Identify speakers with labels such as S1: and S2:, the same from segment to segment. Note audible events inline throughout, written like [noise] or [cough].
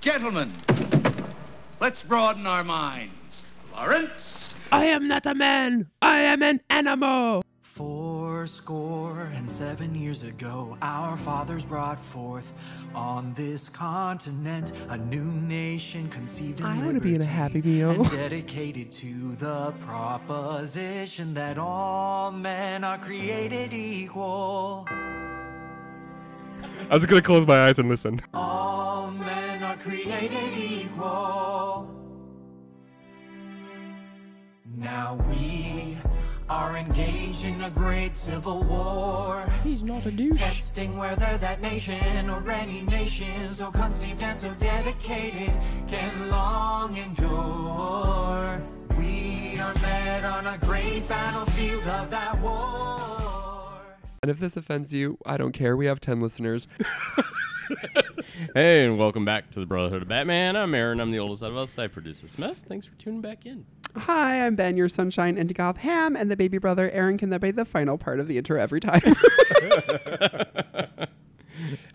S1: Gentlemen, let's broaden our minds. Lawrence?
S2: I am not a man. I am an animal.
S3: Four score and seven years ago, our fathers brought forth on this continent a new nation conceived in
S2: I
S3: liberty
S2: wanna be in a Happy Meal.
S3: and dedicated to the proposition that all men are created equal.
S4: I was gonna close my eyes and listen.
S3: All men are created equal. Now we are engaged in a great civil war.
S2: He's not a douche.
S3: Testing whether that nation or any nation so conceived and so dedicated can long endure. We are met on a great battlefield of that war.
S5: And if this offends you, I don't care. We have 10 listeners.
S4: Hey, and welcome back to the Brotherhood of Batman. I'm Aaron. I'm the oldest out of us. I produce this mess. Thanks for tuning back in.
S5: Hi, I'm Ben, your sunshine and Goth Ham, and the baby brother Aaron. Can that be the final part of the intro every [laughs] time?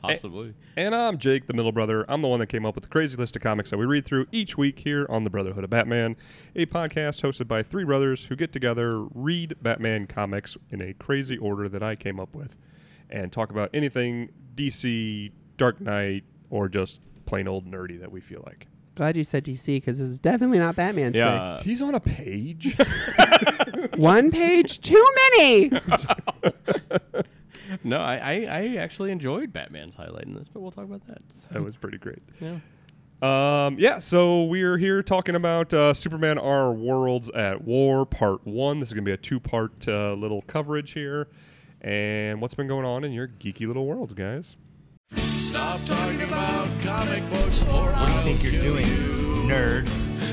S4: Possibly.
S6: And I'm Jake, the middle brother. I'm the one that came up with the crazy list of comics that we read through each week here on the Brotherhood of Batman, a podcast hosted by three brothers who get together, read Batman comics in a crazy order that I came up with, and talk about anything DC, Dark Knight, or just plain old nerdy that we feel like.
S2: Glad you said DC because this is definitely not Batman today.
S4: yeah.
S6: He's on a [laughs] page.
S2: One page too
S4: [laughs]
S2: many.
S4: No, I, I, I actually enjoyed Batman's highlight in this, but we'll talk about that.
S6: that was pretty great.
S4: [laughs] Yeah.
S6: Um, yeah, so we're here talking about uh, Superman Our Worlds at War, Part 1. This is going to be a two part uh, little coverage here. And what's been going on in your geeky little worlds, guys?
S7: Stop talking about comic books or what do you think you're doing, nerd?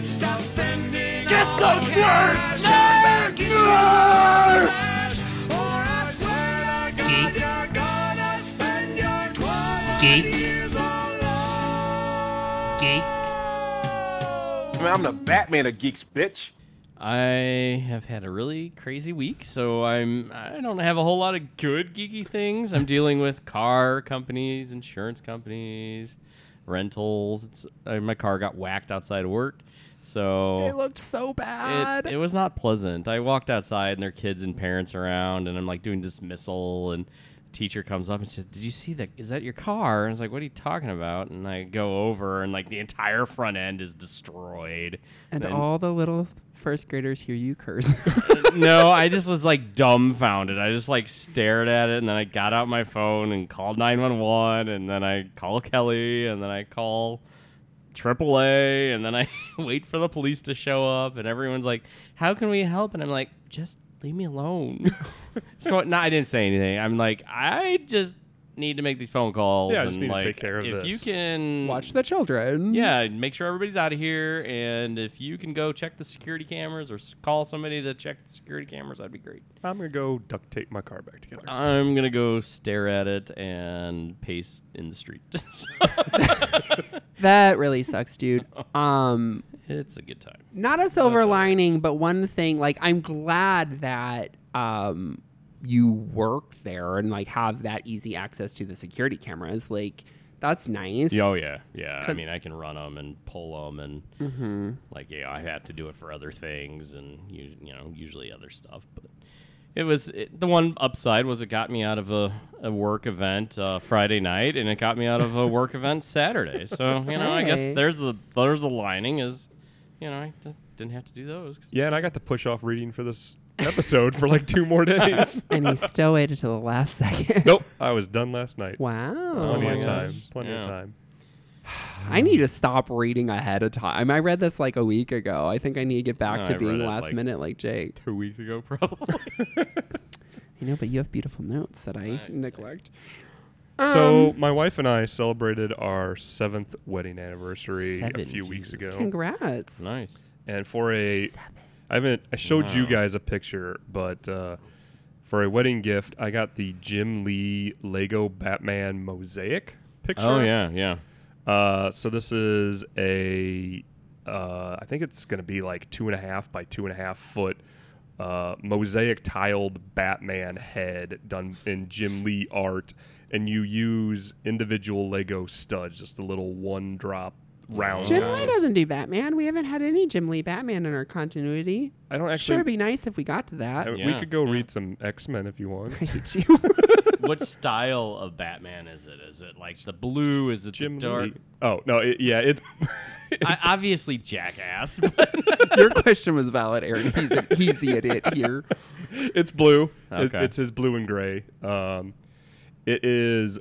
S7: Stop spending Get those words! Nerd! Nerd! Or I swear to God, you're gonna spend your 20
S8: Geek.
S7: years alone.
S8: Geek.
S9: I mean, I'm the Batman of geeks, bitch.
S4: I have had a really crazy week, so I'm I don't have a whole lot of good geeky things. I'm dealing with car companies, insurance companies, rentals. It's uh, my car got whacked outside of work, so
S5: it looked so bad.
S4: it, it was not pleasant. I walked outside and there are kids and parents around, and I'm like doing dismissal, and teacher comes up and says, "Did you see that? Is that your car?" And I was like, "What are you talking about?" And I go over, and like the entire front end is destroyed.
S5: and
S4: then-
S5: all the little first graders hear you
S4: [laughs]
S5: curse.
S4: no, I just was like dumbfounded. I just like stared at it, and then I got out my phone and called 911, and then I call Kelly, and then I call AAA, and then I [laughs] wait for the police to show up, and everyone's like, "How can we help?" And I'm like, "Just leave me
S6: [laughs]
S4: alone." so no, I didn't say anything. I'm like, I just need to make these phone calls.
S6: Yeah, I
S4: and,
S6: just need to
S4: like,
S6: take care of
S4: if
S6: this.
S4: you can
S5: Watch the children.
S4: yeah, make sure everybody's out of here. And if you can go check the security cameras or s- call somebody to check the security cameras, that'd be great.
S6: I'm going to go duct tape my car back together.
S4: I'm going to go stare at it and pace in the street. [laughs] So,
S5: That really sucks,
S4: [laughs]
S5: dude. Um,
S4: it's a good time.
S5: not a silver lining, but one thing. Like, I'm glad that um, you work there and like have that easy access to the security cameras. Like, that's nice.
S4: Oh, yeah. Yeah. I
S5: Cause-
S4: mean, I can run them and pull them. And,
S5: Mm-hmm.
S4: like, yeah, I have to do it for other things and, you, you know, usually other stuff. But it was it, the one upside was it got me out of a, a work event uh, Friday night and it got me out of a work event Saturday. So, you know, I guess
S5: Hey.
S4: there's the there's the lining is, you know, I just didn't have to do those. 'cause-
S6: Yeah, and I got to push off reading for this episode for like two more
S4: [laughs]
S6: days.
S5: and we still waited till the last [laughs] second.
S6: nope, I was done last night.
S5: Wow.
S6: Plenty
S4: Oh my
S6: of time.
S4: gosh.
S6: Plenty of
S4: Yeah.
S6: time.
S5: I need to stop reading ahead of time. I read this like a week ago. I think I need to get back
S4: No,
S5: to
S4: I
S5: being
S4: read it,
S5: last
S4: like-
S5: minute like Jake.
S4: Two weeks ago, [laughs] probably.
S5: I know, but you have beautiful notes that I neglect.
S6: so, my wife and I celebrated our seventh wedding anniversary a
S4: Seven,
S6: few weeks
S4: Jesus.
S6: ago.
S5: Congrats.
S4: nice.
S6: And for a, I haven't. I showed you
S4: Wow.
S6: guys a picture, but uh, for a wedding gift, I got the Jim Lee Lego Batman mosaic picture.
S4: Oh, yeah, yeah.
S6: Uh, so this is a. Uh, I think it's going to be like two and a half by two and a half foot uh, mosaic tiled Batman head done in Jim Lee art, and you use individual Lego studs, just the little one drop round.
S5: Jim
S6: guys.
S5: Lee doesn't do Batman. We haven't had any Jim Lee Batman in our continuity.
S6: I don't actually.
S5: Sure, be nice if we got to that.
S6: I mean,
S4: Yeah,
S6: we could go
S4: yeah.
S6: read some X Men if you want.
S5: [laughs]
S4: what style of Batman is it? Is it like the blue? Is it
S6: Jim
S4: the dark? [laughs]
S6: Lee. Oh no, it, yeah, it's [laughs]
S4: I, obviously, jackass. [laughs] But
S5: Your question was valid, Aaron. He's, a, he's the idiot here.
S6: it's blue. It-
S4: Okay.
S6: it's his blue and gray. Um, it is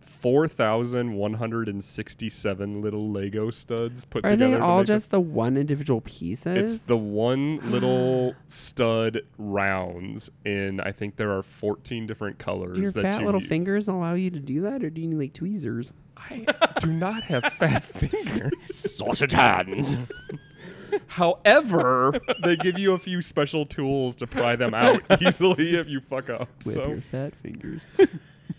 S6: four thousand one hundred and sixty-seven little Lego studs
S5: [laughs]
S6: put
S5: Are
S6: together.
S5: they
S6: to
S5: all
S6: make a-
S5: just the one individual pieces?
S6: It's the one
S5: [gasps]
S6: little stud rounds, and I think there are fourteen different colors.
S5: Do your
S6: that
S5: fat
S6: you
S5: little
S6: use.
S5: fingers allow you to do that, or do you need like tweezers?
S6: I do not have fat [laughs] fingers.
S4: sausage hands.
S6: However, they give you a few special tools to pry them
S4: [laughs]
S6: out easily if you fuck up.
S5: With
S6: so
S5: your fat
S6: [laughs]
S5: fingers.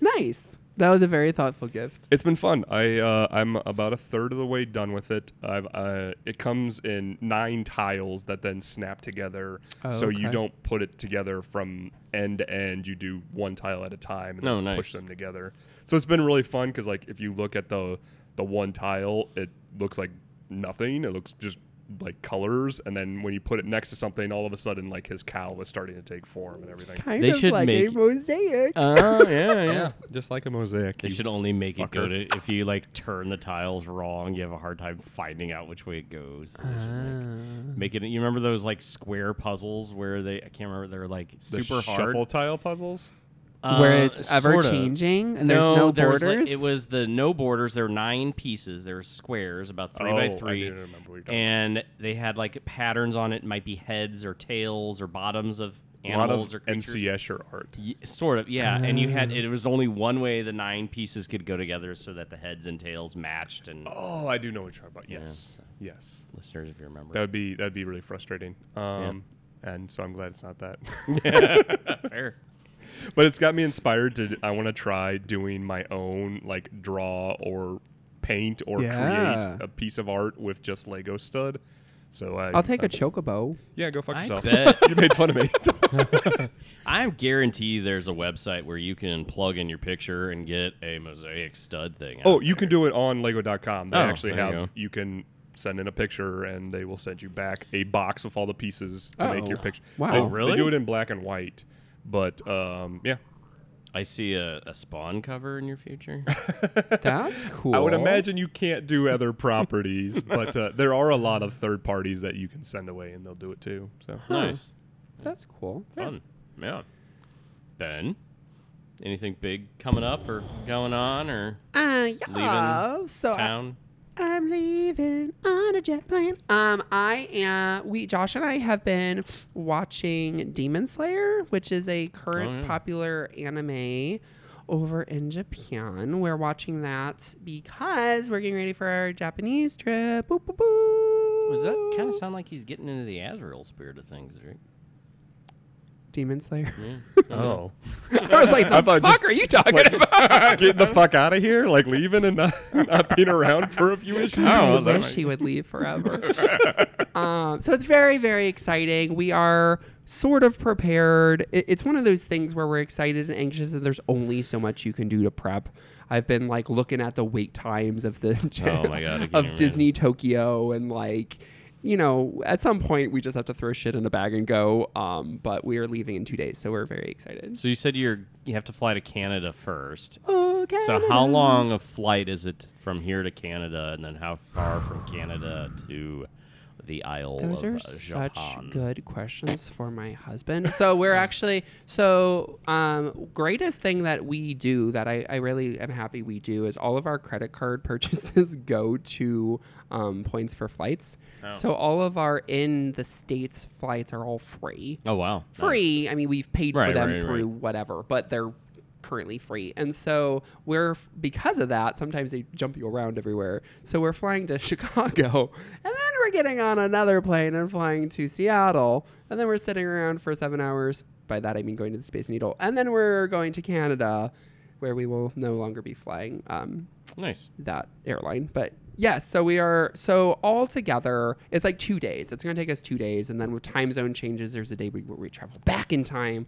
S5: nice. That was a very thoughtful gift.
S6: it's been fun. I uh, I'm about a third of the way done with it. I've uh, it comes in nine tiles that then snap together,
S5: Oh,
S6: so you
S5: okay.
S6: don't put it together from end to end. You do one tile at a time and
S4: Oh,
S6: then
S4: nice.
S6: push them together. So it's been really fun because like if you look at the the one tile, it looks like nothing. It looks just like colors, and then when you put it next to something, all of a sudden like his cow was starting to take form and everything.
S5: Kind
S4: They
S5: of
S4: should
S5: like
S4: make-
S5: a mosaic.
S4: Oh yeah,
S6: Yeah, just like a mosaic.
S4: They
S6: you
S4: should only make it go
S6: fucker.
S4: to if you like turn the tiles wrong, you have a hard time finding out which way it goes. They should,
S5: Ah.
S4: like, make it. You remember those like square puzzles where they? I can't remember. They're like
S6: the
S4: super hard.
S6: shuffle tile puzzles.
S4: Uh,
S5: where it's ever
S4: sorta.
S5: changing and there's no
S4: there was,
S5: borders.
S4: like- it was the no borders. There were nine pieces. There were squares, about three
S6: Oh, I
S4: by
S6: do
S4: three.
S6: remember what you were talking
S4: and they had like patterns on it. Might be heads or tails or bottoms of
S6: a lot of
S4: animals or creatures.
S6: MC Escher art.
S4: Y- sort of, yeah. And you had it was only one way the nine pieces could go together, so that the heads and tails matched. And
S6: Oh, I do know what you're talking about. Yes, yes,
S4: listeners, if you remember,
S6: that would be that'd be really frustrating. Um, and so I'm glad it's not that. [laughs]
S4: [laughs] fair.
S6: but it's got me inspired to. I want to try doing my own like draw or paint or
S5: Yeah.
S6: create a piece of art with just Lego stud. So I,
S5: I'll take
S6: I-
S5: a chocobo.
S6: Yeah, go fuck
S4: I
S6: yourself.
S4: bet.
S6: [laughs] you made fun of me.
S5: [laughs]
S4: I guarantee there's a website where you can plug in your picture and get a mosaic stud thing. out
S6: Oh, you can do it on Lego.com. They
S4: Oh,
S6: actually
S4: there you
S6: have
S4: go.
S6: you, can send in a picture and they will send you back a box with all the pieces to make your
S5: Oh,
S6: picture.
S5: wow.
S6: They,
S5: Oh,
S4: really?
S6: They do it in black and white, but um, yeah.
S4: I see a, a spawn cover in your [laughs] future.
S5: That's cool.
S6: I would imagine you can't do other properties, [laughs] but uh, there are a lot of third parties that you can send away and they'll do it too. So
S4: nice.
S5: that's cool.
S4: Fun. Yeah. Ben, anything big coming up or going on or
S5: Uh, yeah. so Oh, I,
S4: town?
S5: I'm leaving on a jet plane. Um, I am. We Josh and I have been watching Demon Slayer, which is a current
S4: Oh, yeah.
S5: popular anime over in Japan. We're watching that because we're getting ready for our Japanese trip. Boop, boop, boop.
S4: Does that kind of sound like he's getting into the Azrael spirit of things, right?
S5: Demon Slayer?
S6: Oh.
S5: [laughs] I was like, the fuck
S6: thought just-
S5: are you talking
S6: [laughs]
S5: about?
S6: Getting the fuck out of here, like leaving and not, [laughs] not being around for a few issues.
S4: Oh,
S5: [laughs] I wish he would leave forever.
S4: [laughs]
S5: um, so it's very, very exciting. We are sort of prepared. It- it's one of those things where we're excited and anxious, and there's only so much you can do to prep. I've been like looking at the wait times of the [laughs]
S4: Oh my God, I can
S5: of Disney Tokyo and like. You know, at some point we just have to throw shit in a bag and go. Um, but we are leaving in two days, so we're very excited.
S4: So you said you're you have to fly to Canada first.
S5: Oh,
S4: So how
S5: Canada.
S4: long a flight is it from here to Canada, and then how far from Canada to the Isle
S5: Those
S4: of
S5: are
S4: uh,
S5: such
S4: Japan?
S5: good questions for my
S4: [laughs]
S5: husband. So we're actually so um, greatest thing that we do that I, I really am happy we do is all of our credit card [laughs] purchases go to um, points for flights. So all of our in the states flights are all free.
S4: Oh wow, Nice.
S5: Free. I mean, we've paid for
S4: Right,
S5: them
S4: right,
S5: through whatever, but they're currently free. And so we're because of that, sometimes they jump you around everywhere. So we're flying to [laughs] Chicago, and then we're getting on another plane and flying to Seattle, and then we're sitting around for 7 hours. By that I mean going to the Space Needle, and then we're going to Canada where we will no longer be flying um,
S4: Nice.
S5: that airline. But yes, so we are so all together. It's like two days. It's going to take us two days, and then with time zone changes, there's a day we, where we travel back in time.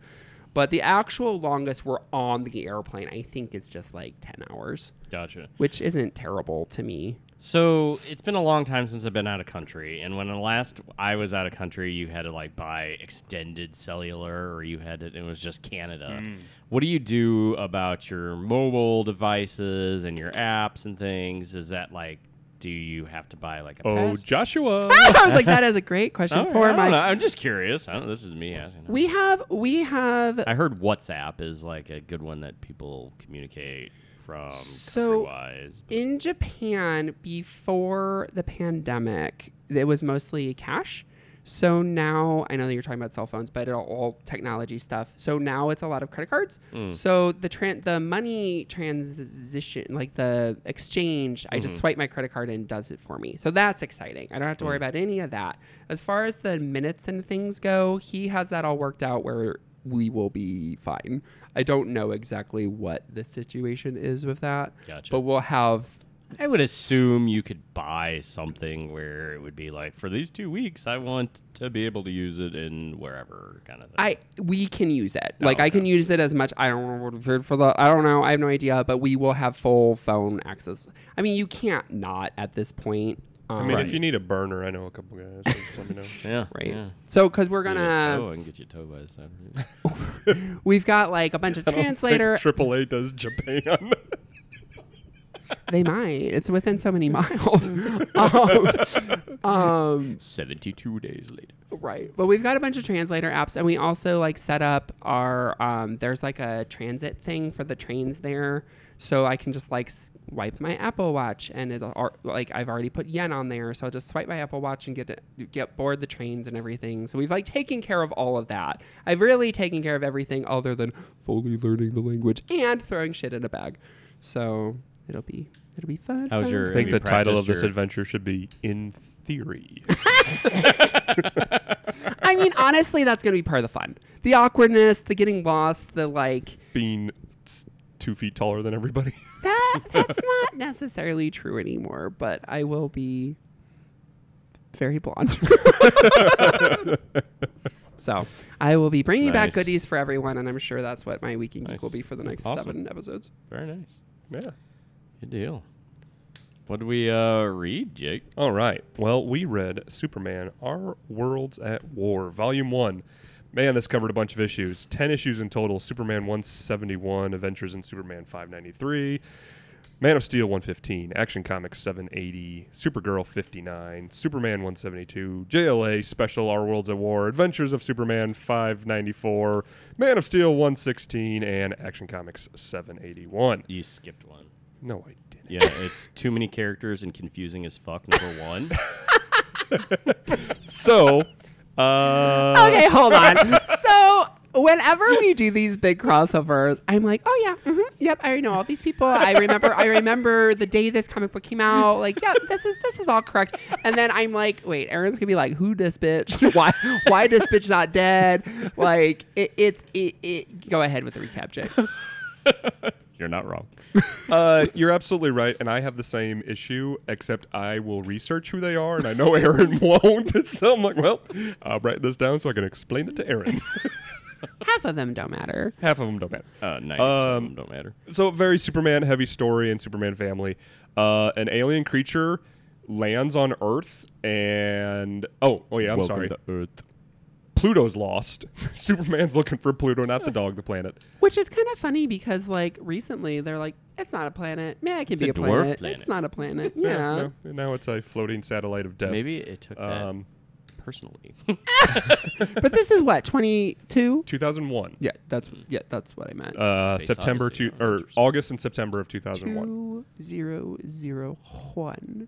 S5: But the actual longest we're on the airplane, I think, is just like 10 hours,
S4: Gotcha.
S5: which isn't terrible to
S4: [laughs]
S5: me.
S4: So it's been a long time since I've been out of country, and when the last I was out of country, you had to like buy extended cellular, or you had to, it was just Canada. What do you do about your mobile devices and your apps and things? Is that like, do you have to buy like a
S6: Oh,
S4: pass?
S6: Joshua.
S5: I was like, that is a great question
S4: All right,
S5: for
S4: I don't
S5: my.
S4: know. I'm just curious. I don't, this is me asking.
S5: We have, we have,
S4: I heard WhatsApp is like a good one that people communicate from
S5: So-
S4: countrywise.
S5: in Japan before the pandemic, it was mostly cash. So now I know that you're talking about cell phones, but it'll all technology stuff. So now it's a lot of credit cards. So the tran- the money transition, like the exchange, I just swipe my credit card and it does it for me. So that's exciting. I don't have to worry about any of that. As far as the minutes and things go, he has that all worked out where we will be fine. I don't know exactly what the situation is with that.
S4: Gotcha.
S5: But we'll have
S4: I would assume you could buy something where it would be like, for these two weeks, I want to be able to use it in wherever kind of thing.
S5: I we can use it. like I
S4: Oh, okay.
S5: can use it as much. I don't know prepared for the. I don't know. I have no idea. But we will have full phone access. I mean, you can't not at this point. Um,
S6: I mean,
S4: Right.
S6: if you need a burner, I know a couple guys. so just let me know.
S4: yeah,
S5: right.
S4: Yeah.
S5: So because we're
S4: Get a toe
S5: gonna,
S4: and get your toe by the side.
S5: [laughs] we've got like a bunch
S6: [laughs]
S5: of
S6: I don't think
S5: translator.
S6: AAA does [laughs] Japan.
S5: they might. It's within so
S4: [laughs]
S5: many miles. [laughs] um, um,
S4: Seventy-two days later.
S5: Right. But we've got a bunch of translator apps and we also like set up our um there's like a transit thing for the trains there. So I can just like swipe my Apple Watch and it'll or, like I've already put yen on there, so I'll just swipe my Apple Watch and get it, get board the trains and everything. So we've like taken care of all of that. I've really taken care of everything other than fully learning the language and throwing shit in a bag. So it'll be it'll be fun.
S4: How's
S5: fun,
S4: your-
S6: I
S5: fun.
S6: think the title of this
S4: Practiced your-
S6: adventure should be In Theory.
S5: I mean, honestly, that's gonna be part of the fun. The awkwardness, the getting lost, the like
S6: Being s- two feet taller than everybody. [laughs]
S5: that that's not necessarily true anymore, but I will be very blonde. [laughs] so I will be bringing back
S4: Nice.
S5: goodies for everyone, and I'm sure that's what my weekend geek
S4: Nice.
S5: will be for the next
S4: Awesome.
S5: seven episodes.
S4: Very nice.
S6: yeah.
S4: Good deal. What do we uh, read, Jake?
S6: All right. Well, we read Superman Our Worlds at War, Volume 1. Man, this covered a bunch of issues. 10 issues in total Superman 171, Adventures in Superman 593, Man of Steel 115, Action Comics 780, Supergirl 59, Superman 172, JLA Special Our Worlds at War, Adventures of Superman 594, Man of Steel 116, and Action Comics 781.
S4: You skipped one.
S6: No, I didn't.
S4: Yeah, it's too many characters and confusing as fuck. Number one.
S6: So, uh,
S5: Okay, hold on. so whenever we do these big crossovers, I'm like, oh yeah, mhm, yep, I know all these people. I remember, I remember the day this comic book came out. Like, yeah, this is this is all correct. And then I'm like, wait, Aaron's gonna be like, who this bitch? [laughs] why why this bitch not dead? Like, it it it, it go ahead with the recap, Jake.
S4: You're not wrong.
S6: Uh, you're absolutely right, and I have the same issue, except I will research who they are, and I know [laughs] Aaron won't. [laughs] So I'm like, well, I'll write this down so I can explain it to Aaron. [laughs]
S5: Half of them don't matter.
S6: Half of them don't matter.
S4: Uh, Ninety
S6: Um,
S4: don't matter.
S6: So very Superman heavy story and Superman family. Uh, an alien creature lands on Earth, and oh, oh yeah, I'm sorry,
S4: Earth.
S6: Pluto's lost. [laughs] Superman's looking for Pluto, not the dog, the planet.
S5: Which is kind of funny because like recently they're like, it's not a planet. Yeah, it can be
S4: a
S5: a
S4: dwarf
S5: planet.
S4: planet.
S5: It's not a planet.
S4: [laughs]
S6: Yeah,
S5: Yeah.
S6: no, and now it's a floating satellite of death.
S4: Maybe it took that
S6: Um,
S4: personally.
S5: But this is what, twenty two?
S6: 2001.
S5: Yeah, that's yeah, that's what I meant.
S6: Mm. Uh,
S4: Space
S6: September
S4: Odyssey,
S6: two
S4: oh,
S6: or
S4: interesting.
S6: August and September of 2001.
S5: Two zero zero one.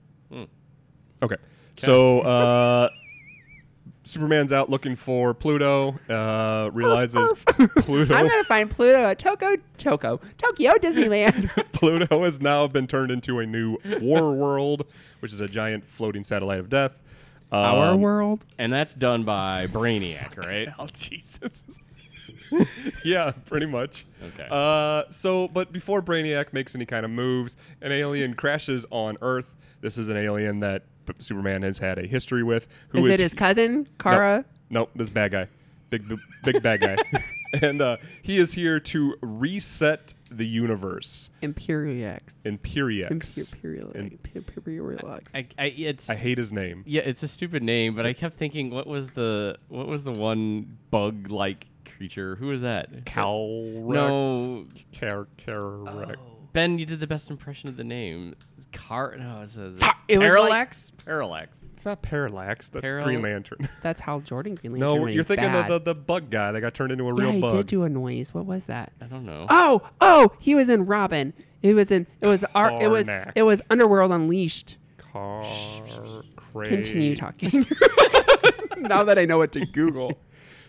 S6: Okay. So uh, Superman's out looking for Pluto, uh, realizes
S5: [laughs] I'm
S6: Pluto [laughs]
S5: gonna find Pluto at Toko Toko Tokyo
S6: [laughs]
S5: Disneyland.
S6: Um, Pluto has now been turned into a new war world, which is a giant floating satellite of death. Um,
S5: world.
S4: [laughs] and that's done by Brainiac, right?
S6: Oh [laughs] Jesus. yeah, pretty much.
S4: Okay.
S6: Uh, so, but before Brainiac makes any kind of moves, an alien crashes on Earth. This is an alien that P- Superman has had a history with. Who
S5: Is it his cousin Kara?
S6: Nope, this bad guy. [laughs] Big, b- big bad guy. and uh, he is here to reset the universe.
S5: Imperiex.
S6: Imperiex.
S5: Imperialix.
S6: And-
S5: Imperialix.
S4: [laughs] I, I, it's
S6: I hate his name.
S4: yeah, it's a stupid name, but I kept thinking, what was the what was the one bug like creature? Who was that?
S6: Calrex.
S4: No. Oh.
S6: Car- Carrex.
S4: Ben, you did the best impression of the name. Car? No, it says
S5: It was like-
S4: parallax. parallax.
S6: It's not Parallax. That's
S4: Paral-
S6: Green Lantern.
S5: That's how Jordan Green Lantern
S6: no,
S5: when
S6: you're
S5: he's
S6: thinking of
S5: bad.
S6: the, the bug guy that got turned into a
S5: yeah,
S6: real
S5: he
S6: bug.
S5: did do a noise. What was that?
S4: I don't know.
S5: Oh, oh, he was in Robin. It was in it was our it was
S6: Karnak.
S5: it was Underworld Unleashed.
S6: Car-
S5: Continue talking. [laughs] now that I know what to
S6: [laughs]
S5: Google.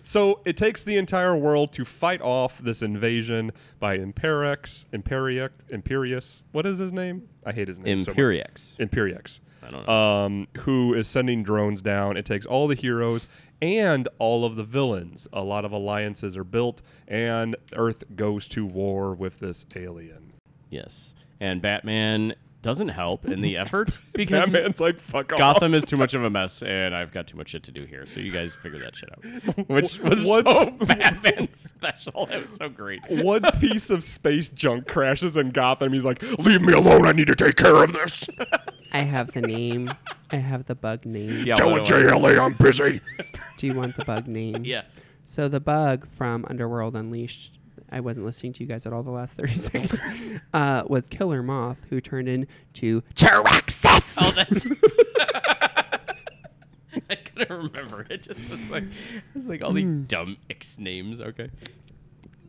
S6: So it takes the entire world to fight off this invasion by Imperix, Imperiac, Imperius. What is his name? I hate his name. so much.
S4: Imperiex.
S6: Imperiex.
S4: I don't know.
S6: Um, who is sending drones down? It takes all the heroes and all of the villains. A lot of alliances are built, and Earth goes to war with this alien.
S4: Yes. And Batman doesn't help in the effort because
S6: Batman's like, fuck [laughs] off.
S4: Gotham is too much of a mess and I've got too much shit to do here. So you guys figure that shit
S6: [laughs]
S4: out. Which was
S6: What's-
S4: so [laughs] Batman special. It was so great.
S6: One piece of space junk crashes in Gotham. He's like, leave me alone. I need to take care of this.
S5: I have the name. I have the bug name.
S4: Yeah,
S6: Tell
S4: what do I-
S6: JLA I'm busy.
S5: Do you want the bug name?
S4: [laughs] yeah.
S5: So the bug from Underworld Unleashed, I wasn't listening to you guys at all the last 30
S4: [laughs]
S5: seconds, uh, was Killer Moth, who turned into Charaxus.
S4: Oh, that's. [laughs] I couldn't remember. It just was like, it was like all the
S6: Hmm.
S4: dumb X names. Okay.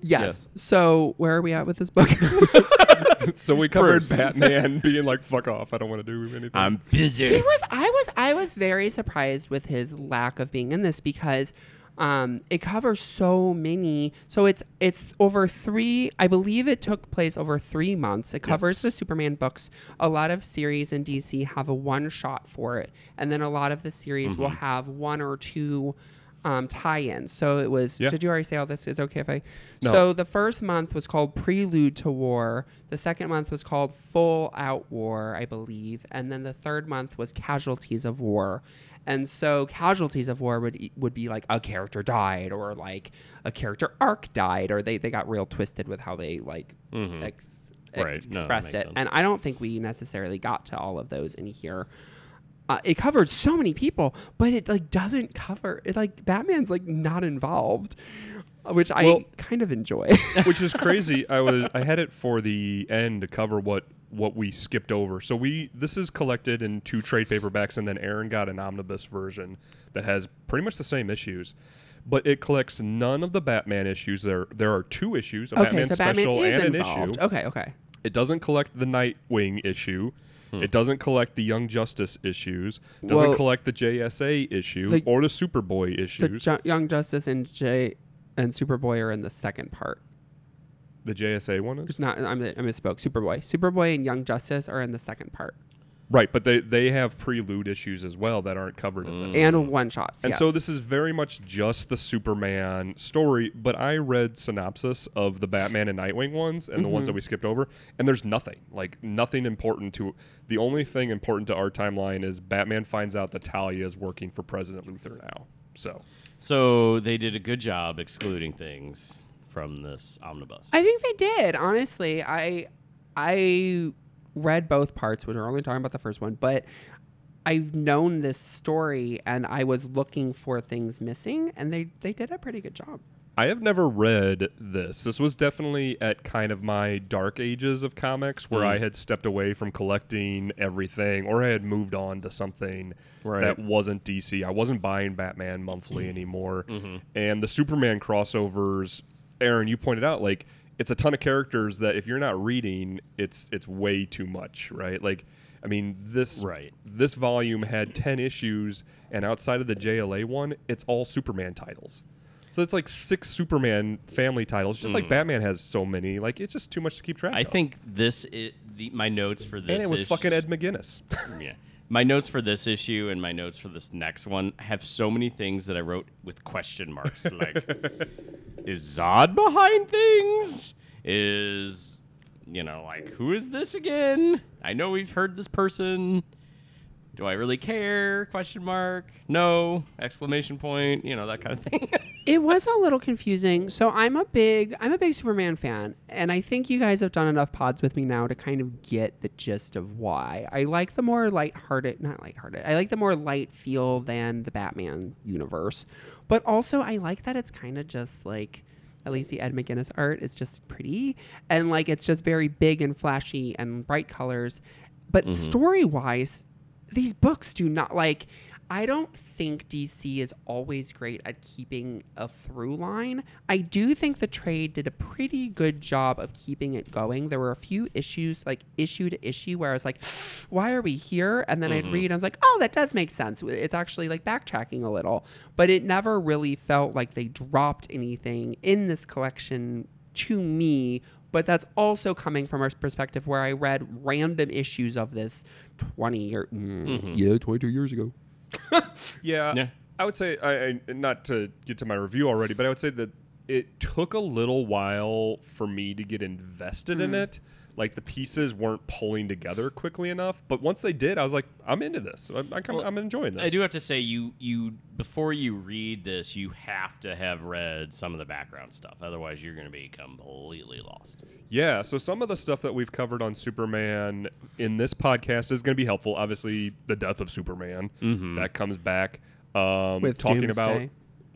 S5: Yes. So where are we at with this book?
S6: [laughs]
S5: [laughs]
S6: so we covered
S4: First.
S6: [laughs] Batman being like, fuck off. I don't want to do anything.
S5: he
S4: Um, busy.
S5: was I was I was very surprised with his lack of being in this because um, it covers so many. So it's it's over three. I believe it took place over three months. It covers
S6: Yes.
S5: the Superman books. A lot of series in DC have a one shot for it, and then a lot of the series will have one or two. Um, tie-ins. So it was.
S6: Yeah.
S5: Did you already say all this? Is it okay if I?
S6: No.
S5: So the first month was called Prelude to War. The second month was called Full Out War, I believe. And then the third month was Casualties of War. And so Casualties of War would e- would be like a character died or like a character arc died or they, they got real twisted with how they like ex-
S4: Mm-hmm. Right. No, that
S5: expressed
S4: makes
S5: it.
S4: sense.
S5: And I don't think we necessarily got to all of those in here. Uh, it covered so many people, but it like doesn't cover it. Like Batman's like not involved, which
S6: Well-
S5: I kind of
S6: [laughs]
S5: enjoy.
S6: [laughs]
S5: [laughs]
S6: which is crazy. I was I had it for the end to cover what what we skipped over. So we this is collected in two trade paperbacks, and then Aaron got an omnibus version that has pretty much the same issues. But it collects none of the Batman issues. There, there are two issues: a Batman special and an issue.
S5: Okay, okay.
S6: It doesn't collect the Nightwing issue. It doesn't collect the Young Justice issues. Doesn't
S5: Well-
S6: collect the JSA issue
S5: The-
S6: or the Superboy
S5: The
S6: issues.
S5: Ju- Young Justice and Jay and Superboy are in the second part.
S6: the JSA one is
S5: It's not. I'm, I misspoke. Superboy, Superboy, and Young Justice are in the second part
S6: right, but they they have prelude issues as well that aren't covered in this.
S5: and one shots.
S6: Mm. And so this is very much just the Superman story, but I read synopsis of the Batman and Nightwing ones and the
S5: Mm-hmm.
S6: ones that we skipped over, and there's nothing. Like nothing important to the only thing important to our timeline is Batman finds out that Talia is working for President Luther now. So
S4: [laughs] So they did a good job excluding things from this omnibus.
S5: I think they did. Honestly, I I read both parts, which we're only talking about the first one, but I've known this story and I was looking for things missing, and they they did a pretty good job.
S6: I have never read this. This was definitely at kind of my dark ages of comics
S4: Hmm.
S6: where I had stepped away from collecting everything or I had moved on to something
S4: Right.
S6: that wasn't DC. I wasn't buying Batman monthly anymore.
S4: Mm-hmm.
S6: And the Superman crossovers, Aaron, you pointed out like it's a ton of characters that if you're not reading, it's it's way too much, right? Like I mean, this
S4: Right.
S6: this volume had 10 issues and outside of the JLA one, it's all Superman titles. So it's like six Superman family titles, just like Batman has so many. Like it's just too much to keep track
S4: Hmm. I
S6: of.
S4: think this i the my notes for this
S6: and it was
S4: ish-
S6: fucking Ed McGuinness.
S4: yeah. My notes for this issue and my notes for this next one have so many things that I wrote with question marks. Like, is Zod behind things? Is, you know, like, who is this again? I know we've heard this person, Do I really care? Question mark. No. Exclamation point. You know that kind of thing. [laughs]
S5: It was a little confusing. So I'm a big I'm a big Superman fan, and I think you guys have done enough pods with me now to kind of get the gist of why. I like the more lighthearted, not lighthearted. I like the more light feel than the Batman universe, but also I like that it's kind of just like at least the Ed McGuinness art is just pretty and like it's just very big and flashy and bright colors. But story wise, these books do not like I don't think DC is always great at keeping a through line. I do think the trade did a pretty good job of keeping it going. There were a few issues, like issue to issue, where I was like, why are we here? And then I'd read, and I was like, oh, that does make sense. It's actually like backtracking a little. But it never really felt like they dropped anything in this collection to me but that's also coming from our perspective where I read random issues of this 20 year, mm,
S6: Mm-hmm.
S5: yeah, 22 years ago.
S6: [laughs] Yeah,
S4: Yeah.
S6: I would say I, I not to get to my review already, but I would say that it took a little while for me to get invested
S4: Hmm.
S6: in it. Like the pieces weren't pulling together quickly enough, but once they did, I was like, I'm into this. I'm, I come,
S4: Well,
S6: I'm enjoying this.
S4: I do have to say, you you before you read this, you have to have read some of the background stuff. Otherwise, you're going to be completely lost.
S6: Yeah, so some of the stuff that we've covered on Superman in this podcast is going to be helpful. Obviously, the death of Superman that comes back. Um,
S5: With
S6: talking about
S5: Doomsday.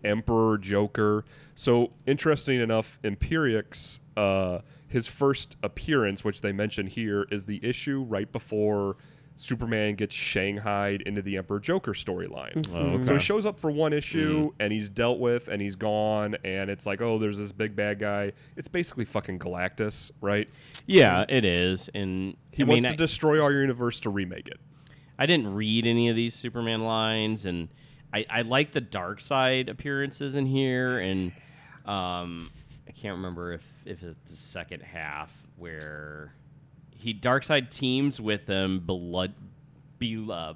S6: Emperor Joker. So interesting enough, Empiric's uh, his first appearance, which they mention here, is the issue right before Superman gets shanghaied into the Emperor Joker storyline.
S4: Mm-hmm.
S6: So he shows up for one issue and he's dealt with and he's gone and it's like, oh, there's this big bad guy. It's basically fucking Galactus, right?
S4: Yeah, it is, and
S6: He
S4: I
S6: wants
S4: mean,
S6: to destroy our universe to remake it.
S4: I didn't read any of these Superman lines, and I, I like the dark side appearances in here, and um, I can't remember if if it's the second half where he dark side teams with them blood be uh,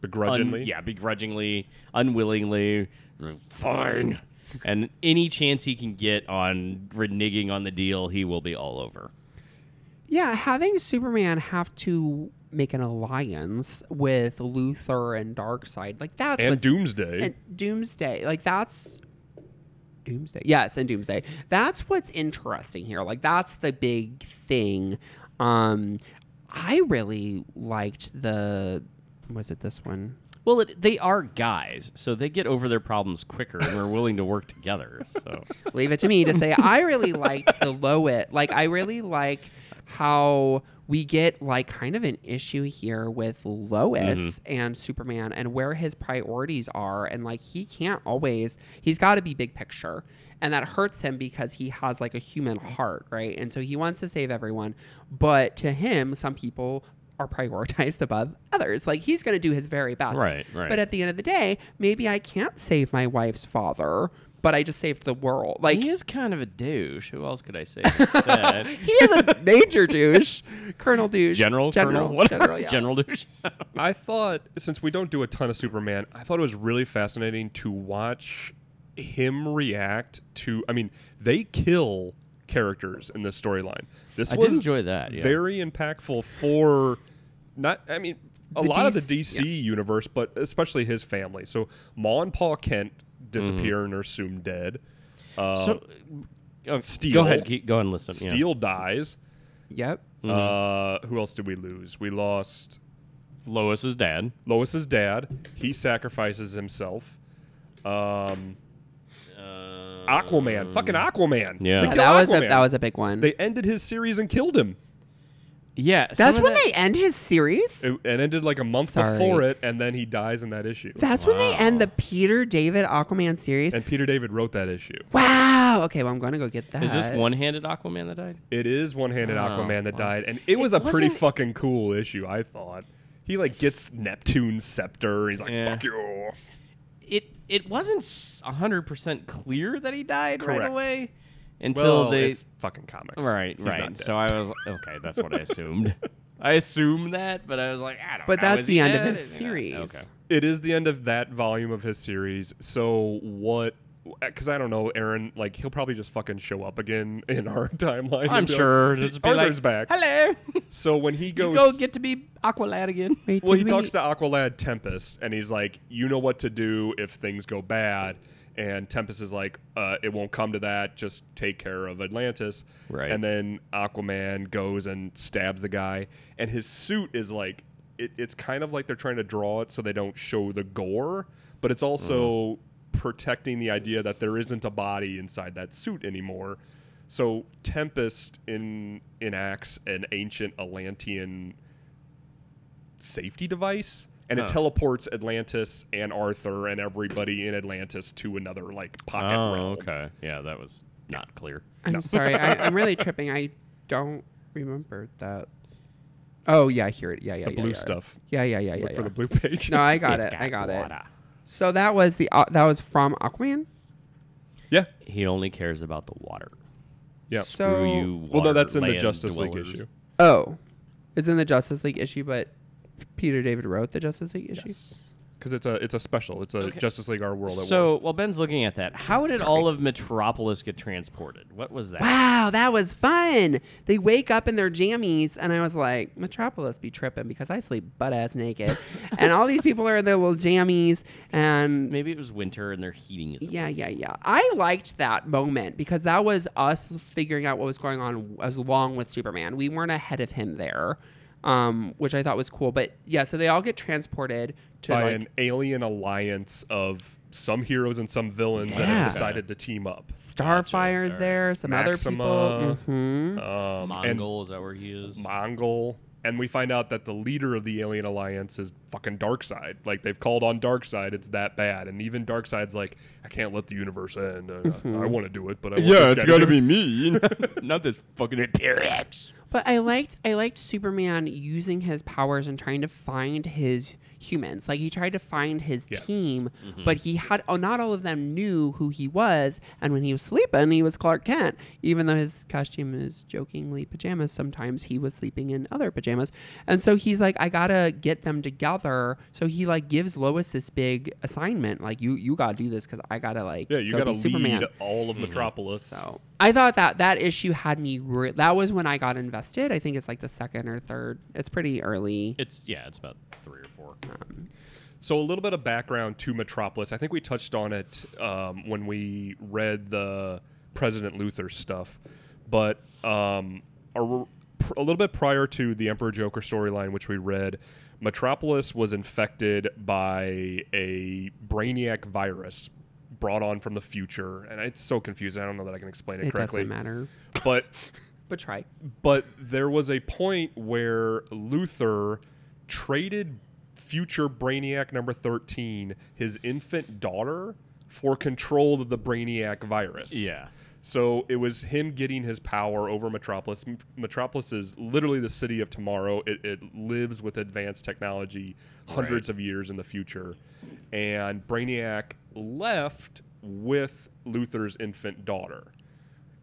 S6: Begrudgingly.
S4: un- yeah, begrudgingly, unwillingly,
S6: [laughs]
S4: fine. and any chance he can get on reneging on the deal, he will be all over.
S5: Yeah, having Superman have to make an alliance with Luthor and Darkseid, like that's
S6: And
S5: what's-
S6: Doomsday.
S5: and Doomsday, like that's Doomsday. Yes, and Doomsday. That's what's interesting here. Like that's the big thing. Um, I really liked the. Was it this one?
S4: Well, it, they are guys, so they get over their problems quicker and are willing to work together. So
S5: leave it to me to say I really liked the low it. Like I really like how we get like kind of an issue here with Lois
S4: Mm-hmm.
S5: and Superman and where his priorities are and like he can't always he's got to be big picture and that hurts him because he has like a human heart, right? And so he wants to save everyone, but to him some people are prioritized above others. Like he's going to do his very best.
S4: Right, right.
S5: But at the end of the day, maybe I can't save my wife's father, but I just saved the world. Like
S4: [laughs] he is kind of a douche. Who else could I [laughs] say
S5: [laughs]
S4: instead?
S5: he is a major douche, Colonel douche,
S4: General,
S5: General,
S4: Colonel, whatever.
S5: General, yeah.
S4: douche. [laughs]
S6: I thought since we don't do a ton of Superman, I thought it was really fascinating to watch him react to. I mean, they kill characters in this storyline. This
S4: I
S6: was
S4: did enjoy that, yeah.
S6: Very impactful for not. I mean, a
S5: The
S6: lot of the
S5: DC
S6: DC universe, but especially his family. So Ma and Pa Kent disappear and are assumed dead. Uh,
S4: Mm-hmm. so, uh,
S6: Steel.
S4: Go ahead, keep, go and listen. yeah.
S6: Steel dies.
S5: Yep.
S4: Mm-hmm.
S6: Uh, who else did we lose? We lost
S4: Lois's dad.
S6: Lois's dad. He sacrifices himself. Um, Aquaman, fucking Aquaman.
S4: Um, Yeah.
S6: They
S4: Yeah,
S5: Yeah,
S6: kill
S5: that was a
S6: Aquaman.
S5: that was a big one.
S6: They ended his series and killed him.
S4: Yeah, some
S5: That's
S4: of
S5: when
S4: that-
S5: they end his series.
S6: It, it ended like a month
S5: Sorry.
S6: before it, and then he dies in that issue.
S5: That's when they end the Peter David Aquaman series.
S6: and Peter David wrote that issue.
S5: wow. Okay, well I'm gonna go get that.
S4: Is this one-handed Aquaman that died?
S6: It is one-handed
S4: Oh,
S6: Aquaman that
S4: wow.
S6: died, and it was a pretty
S4: wasn't-
S6: fucking cool issue. I thought he like gets Neptune's scepter. He's like,
S4: Yeah.
S6: "Fuck you."
S4: It it wasn't hundred percent clear that he died right
S6: Correct.
S4: away until
S6: Well,
S4: they
S6: it's fucking comics.
S4: Right,
S6: He's not
S4: right.
S6: dead.
S4: So I was okay. That's what I assumed. [laughs] I assumed that, but I was like, I don't.
S5: But
S4: know.
S5: that's
S4: is he
S5: the end of
S4: dead?
S5: his
S4: [laughs] Is he not?
S5: series.
S4: Okay.
S6: it is the end of that volume of his series. So what because I don't know, Aaron. Like he'll probably just fucking show up again [laughs] in our timeline.
S4: I'm
S6: and be like,
S4: sure. Just be like,
S6: Arthur's back.
S4: [laughs]
S5: Hello.
S6: So when he goes,
S5: Go get to be Aqualad again.
S4: [laughs]
S5: Wait,
S6: well, he talks to Aqualad Tempest, and he's like, "You know what to do if things go bad." And Tempest is like, uh, "It won't come to that. Just take care of Atlantis."
S4: Right.
S6: And then Aquaman goes and stabs the guy, and his suit is like, it, it's kind of like they're trying to draw it so they don't show the gore, but it's also protecting the idea that there isn't a body inside that suit anymore. So Tempest in enacts an ancient Atlantean safety device and it
S4: Huh.
S6: teleports Atlantis and Arthur and everybody in Atlantis to another like pocket
S4: oh,
S6: realm.
S4: okay. Yeah, that was not clear.
S5: I'm sorry. I, I'm
S6: [laughs]
S5: really tripping. I don't remember that. Oh yeah, I hear it. Yeah, yeah,
S6: The
S5: yeah,
S6: blue
S5: yeah.
S6: stuff.
S5: Yeah, yeah, yeah, yeah.
S6: Look
S5: yeah.
S6: for the blue pages.
S5: No, I got it. I got it. So that was the uh, that was from Aquaman.
S6: [laughs] Yeah.
S4: He only cares about the water.
S6: Yeah.
S5: So-
S4: Screw you.
S6: well, no,
S4: water
S6: that's in the
S4: land
S6: Justice
S4: dwellers.
S6: League issue.
S5: Oh, it's in the Justice League issue, but Peter David wrote the Justice League issue.
S6: Yes. Because it's a it's a special. It's a Justice League Our World. at War.
S4: So while Ben's looking at that, how did all of Metropolis get transported? What was that?
S5: Wow, that was fun. They wake up in their jammies, and I was like, Metropolis be tripping because I sleep butt ass [laughs] naked, and all these people are in their little jammies, and
S4: Maybe it was winter and their heating is.
S5: Yeah, yeah, yeah. I liked that moment because that was us figuring out what was going on as long with Superman. We weren't ahead of him there, um, which I thought was cool. But yeah, so they all get transported to
S6: by
S5: like,
S6: an alien alliance of some heroes and some villains that
S5: Yeah.
S6: have decided to team up.
S5: Starfire's there, some other
S6: Maxima,
S5: people. hmm
S6: Um, and
S4: Mongol is that where he is?
S6: Mongol. And we find out that the leader of the Alien Alliance is fucking Darkseid. Like they've called on Darkseid, it's that bad. And even Darkseid's like, I can't let the universe end. Uh,
S5: Mm-hmm.
S6: I want to do it, but I want this guy to do it."
S4: me, [laughs] not this fucking Imperax.
S5: But I liked I liked Superman using his powers and trying to find his humans. Like he tried to find his
S6: Yes. Mm-hmm.
S5: team, but he had oh, not all of them knew who he was. And when he was sleeping, he was Clark Kent. Even though his costume is jokingly pajamas, sometimes he was sleeping in other pajamas. And so he's like, I gotta get them together. So he like gives Lois this big assignment, like you you gotta do this because I gotta like
S6: Yeah, you
S5: go
S6: got to
S5: be Superman.
S6: lead all of Metropolis.
S5: So I thought that that issue had me. Re- that was when I got invested. I think it's like the second or third. It's pretty early.
S4: It's yeah, it's about three or four.
S6: So a little bit of background to Metropolis. I think we touched on it um, when we read the President Luther stuff, but um, a, r- pr- a little bit prior to the Emperor Joker storyline, which we read, Metropolis was infected by a brainiac virus brought on from the future, and it's so confusing. I don't know that I can explain it,
S5: it
S6: correctly.
S5: doesn't matter.
S6: But
S5: [laughs] But try.
S6: but there was a point where Luther traded future Brainiac number 13, his infant daughter, for control of the Brainiac virus.
S4: Yeah.
S6: So it was him getting his power over Metropolis. M- Metropolis is literally the city of tomorrow. It, it lives with advanced technology hundreds of years in the future. And Brainiac left with Luther's infant daughter.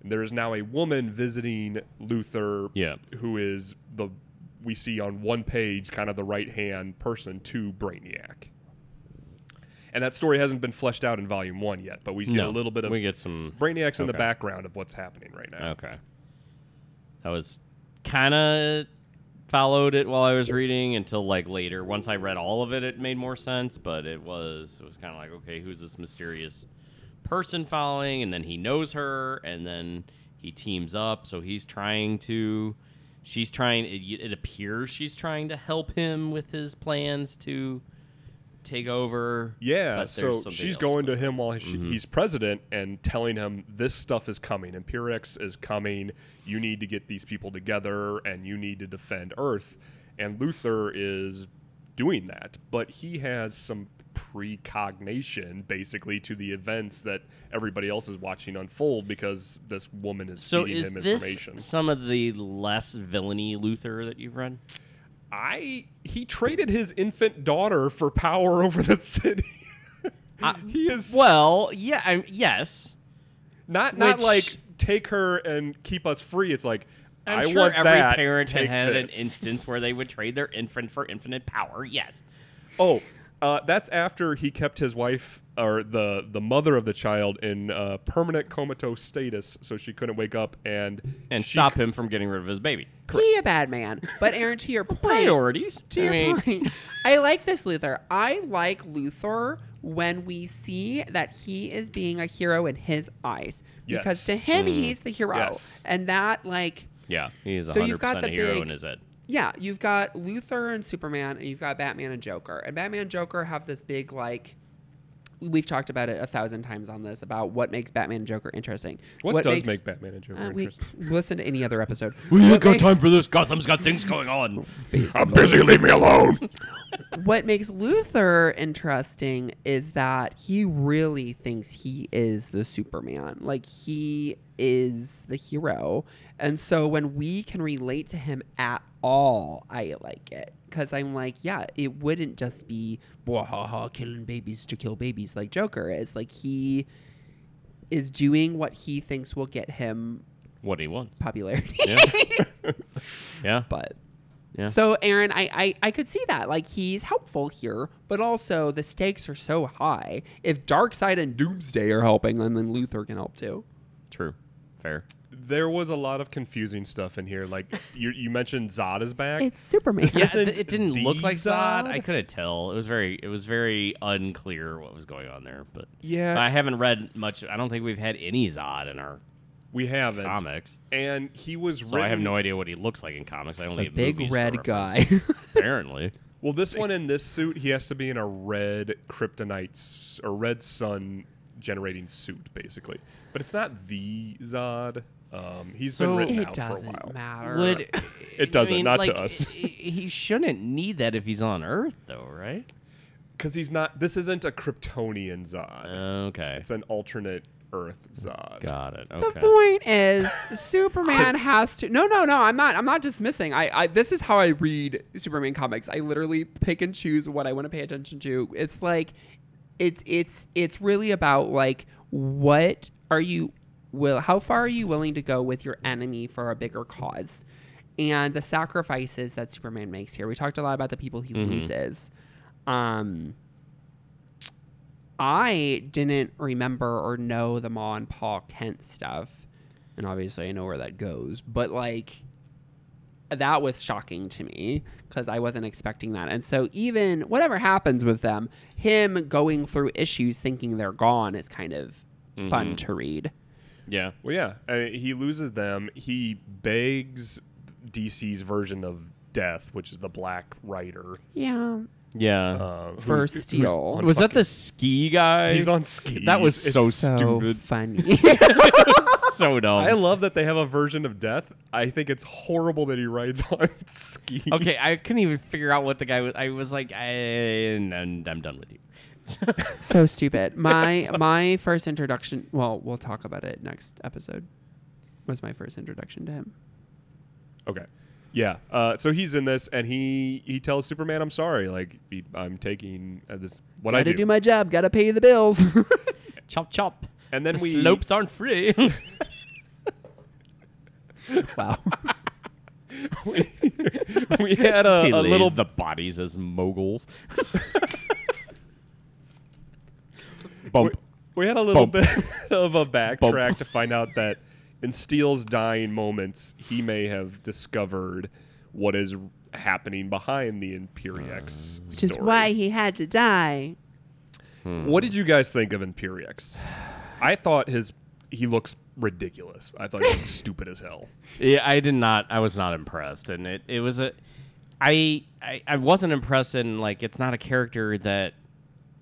S6: There is now a woman visiting Luther,
S4: Yeah.
S6: who is the we see on one page kind of the right hand person to Brainiac. And that story hasn't been fleshed out in volume one yet, but we get
S4: No,
S6: a little bit of
S4: we get some-
S6: Brainiac's in the
S4: okay.
S6: background of what's happening right now.
S4: Okay. I was kind of followed it while I was reading until like later. Once I read all of it, it made more sense. But it was it was kind of like okay, who's this mysterious person following? And then he knows her, and then he teams up. So he's trying to. She's trying. It, it appears she's trying to help him with his plans to take over.
S6: Yeah,
S4: but there's
S6: so
S4: something
S6: she's
S4: else
S6: going to
S4: going Mm-hmm.
S6: him while she, he's president and telling him this stuff is coming. Imperix is coming. You need to get these people together and you need to defend Earth. And Luther is doing that, but he has some precognition basically to the events that everybody else is watching unfold because this woman is
S4: So
S6: feeding
S4: is
S6: him
S4: this
S6: information.
S4: some of the less villainy Luther that you've read?
S6: I he traded his infant daughter for power [laughs] over the city. [laughs] he is
S4: Well, yeah, I'm, yes.
S6: Not not
S4: Which-
S6: like take her and keep us free. It's like
S4: I'm
S6: I
S4: sure
S6: want
S4: every
S6: that,
S4: parent had
S6: take
S4: had an
S6: this.
S4: instance where they would trade their infant for infinite power. Yes.
S6: [laughs] Oh, Uh, that's after he kept his wife or the the mother of the child in uh, permanent comatose status, so she couldn't wake up and
S4: and
S6: she
S4: stop him from getting rid of his baby.
S5: He a bad man. But Aaron, to
S6: [laughs]
S5: your point,
S4: Priorities.
S5: to your point, I like this Luther. I like Luther when we see that he is being a hero in his eyes because
S6: Yes. Mm.
S5: to him he's the hero,
S6: Yes.
S5: and that like
S4: Yeah, he is
S5: So
S4: 100%
S5: you've got
S4: a
S5: the
S4: hero
S5: big-
S4: in his head.
S5: yeah, you've got Luther and Superman, and you've got Batman and Joker. And Batman and Joker have this big, like, we've talked about it a thousand times on this about what makes Batman and Joker interesting.
S6: What, does
S5: makes-
S6: make Batman and Joker
S5: Uh, we
S6: interesting?
S5: listen to any other
S6: [laughs]
S5: episode.
S4: We ain't
S5: What
S4: got
S5: makes-
S4: time for this. Gotham's got things going [laughs] on.
S5: basically.
S6: Busy, leave me
S4: [laughs]
S6: alone.
S5: what makes Luther interesting is that he really thinks he is the Superman. Like he is the hero. And so when we can relate to him at all, I like it. Cause I'm like, yeah, it wouldn't just be wahaha killing babies to kill babies like Joker is. Like he is doing what he thinks will get him
S4: What he wants.
S5: popularity.
S4: Yeah. yeah.
S5: But
S4: Yeah.
S5: so Aaron, I, I I could see that. Like he's helpful here, but also the stakes are so high. If Darkseid and Doomsday are helping, then, then Luther can help too.
S4: True. Fair.
S6: There was a lot of confusing stuff in
S5: [laughs]
S6: here. Like you, you mentioned Zod is back.
S5: It's Superman. [laughs]
S4: Yeah, th- it didn't
S6: the
S4: look like Zod.
S6: Zod?
S4: I couldn't tell. It was very, it was very unclear what was going on there. But
S5: Yeah.
S4: I haven't read much. I don't think we've had any Zod in our
S6: we haven't.
S4: comics,
S6: And he was
S4: so
S6: written.
S4: I have no idea what he looks like in comics. I only
S5: The
S4: have
S5: big
S4: movies
S5: red
S4: for
S5: guy.
S4: reference, [laughs] Apparently,
S6: Well, this one in this suit, he has to be in a red kryptonite s- or red sun generating suit, basically. But it's not the Zod. Um, he's
S4: So-
S6: been written
S5: it
S6: out for a while.
S5: doesn't matter.
S4: [laughs]
S6: It doesn't, not to us. [laughs]
S4: He, shouldn't need that if he's on Earth, though, right?
S6: Because he's not. This isn't a Kryptonian Zod.
S4: Okay,
S6: it's an alternate Earth Zod.
S4: got it.
S5: The
S4: Okay,
S5: point is, Superman has to. No, no, no. I'm not. I'm not dismissing. I, I. This is how I read Superman comics. I literally pick and choose what I want to pay attention to. It's like, it's it's it's really about like what are you will how far are you willing to go with your enemy for a bigger cause, and the sacrifices that Superman makes here. We talked a lot about the people he loses. Um. I didn't remember or know the Ma and Pa Kent stuff. And obviously I know where that goes, but like that was shocking to me because I wasn't expecting that. And so even whatever happens with them, him going through issues thinking they're gone is kind of
S4: Mm-hmm.
S5: fun to read.
S4: yeah.
S6: Well, yeah, uh, he loses them. He begs DC's version of death, which is the Black Rider.
S5: Yeah.
S4: Yeah.
S6: Uh, who's-
S5: For
S6: who's
S5: Steel.
S6: on
S4: was that
S6: fucking-
S4: the ski guy?
S6: He's
S4: [laughs]
S6: on skis.
S4: That was
S6: It's
S4: so
S5: [laughs] So
S4: stupid. [laughs]
S5: funny.
S4: so dumb.
S6: I love that they have a version of death. I think it's horrible that he rides [laughs] on skis.
S4: Okay, I couldn't even figure out what the guy was. I was like, I, and I'm done with you.
S5: [laughs]
S4: [laughs]
S5: so stupid. [laughs] My my first introduction well, we'll talk about it next episode. Was my first introduction to him.
S6: Okay. Yeah. Uh, so he's in this, and he he tells Superman, "I'm sorry. Like he, I'm taking uh, this what I
S5: Gotta
S6: do."
S5: do my job, gotta pay the bills. [laughs]
S4: chop chop.
S6: and then
S4: the
S6: we
S4: slopes
S6: [laughs]
S4: aren't free.
S5: wow.
S6: [laughs] we, we had a,
S4: he
S6: a
S4: lays
S6: little
S4: the bodies as moguls.
S6: we,
S4: Bump.
S6: we had a little
S4: Bump.
S6: bit [laughs] of a backtrack
S4: Bump.
S6: to find out that in Steele's dying moments, he may have discovered what is happening behind the Imperiex story.
S5: Which is why he had to die.
S4: Hmm.
S6: What did you guys think of Imperiex? I thought his he looks ridiculous. I thought he
S5: [laughs]
S6: looked stupid as hell.
S4: Yeah, I did not. I was not impressed, and it, it was a. I, I I wasn't impressed, and like it's not a character that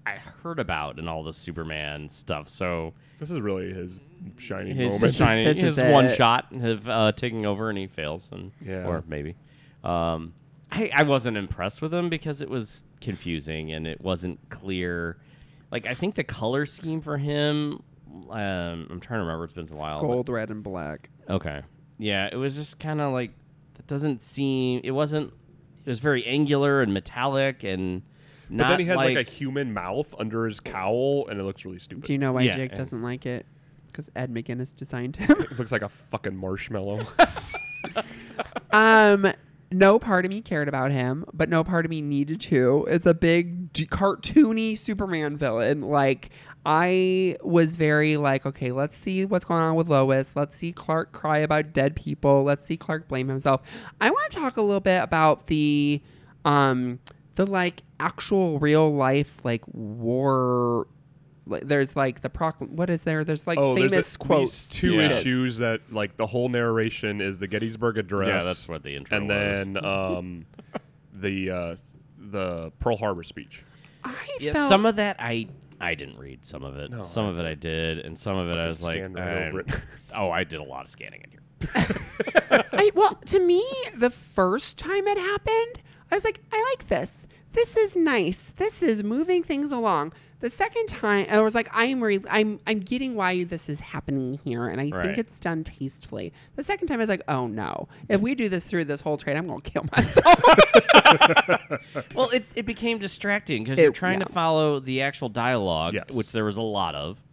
S4: I heard about in all the Superman stuff. So
S6: This is really his shining
S4: his
S6: moment.
S4: shiny,
S5: This
S4: his
S5: is
S4: one
S5: it.
S4: shot of uh, taking over, and he fails, and
S6: Yeah.
S4: or maybe. Um, I, I wasn't impressed with him because it was confusing and it wasn't clear. Like I think the color scheme for him, um, I'm trying to remember. It's been a while. but-
S5: Gold, red, and black.
S4: Okay. Yeah, it was just kind of like that doesn't seem. It wasn't. It was very angular and metallic and. Not
S6: But then he has like,
S4: like
S6: a human mouth under his cowl, and it looks really stupid.
S5: Do you know why
S4: Yeah,
S5: Jake
S4: and-
S5: doesn't like it? Because Ed McGinnis designed him.
S6: It looks like a fucking marshmallow.
S4: [laughs]
S5: um, no part of me cared about him, but no part of me needed to. It's a big d- cartoony Superman villain. Like I was very like, okay, let's see what's going on with Lois. Let's see Clark cry about dead people. Let's see Clark blame himself. I want to talk a little bit about the um the like actual real life like war like, there's like the procl what is there there's like
S6: Oh,
S5: famous
S6: there's at
S5: quotes
S6: least two
S4: Yeah.
S6: issues that like the whole narration is the Gettysburg Address.
S4: Yeah, that's what the intro
S6: And
S4: was.
S6: then um, [laughs] the uh, the Pearl Harbor speech.
S5: I
S4: Yeah,
S5: felt
S4: some of that I I didn't read some of it.
S6: No,
S4: some
S6: I
S4: of it I did, and some of it I was like,
S6: scanned right
S4: "Eh,
S6: over it."
S4: [laughs] oh, I did a lot of scanning in here.
S5: I, well, to me, the first time it happened, I was like, I like this. This is nice. This is moving things along. The second time, I was like, I'm re- I'm I'm getting why this is happening here, and I
S4: Right.
S5: think it's done tastefully. The second time, I was like, Oh no! If we do this through this whole trade, I'm gonna kill myself. [laughs]
S4: Well, it, it became distracting because
S5: It-
S4: you're trying to
S5: yeah.
S4: follow the actual dialogue,
S6: Yes.
S4: which there was a lot of,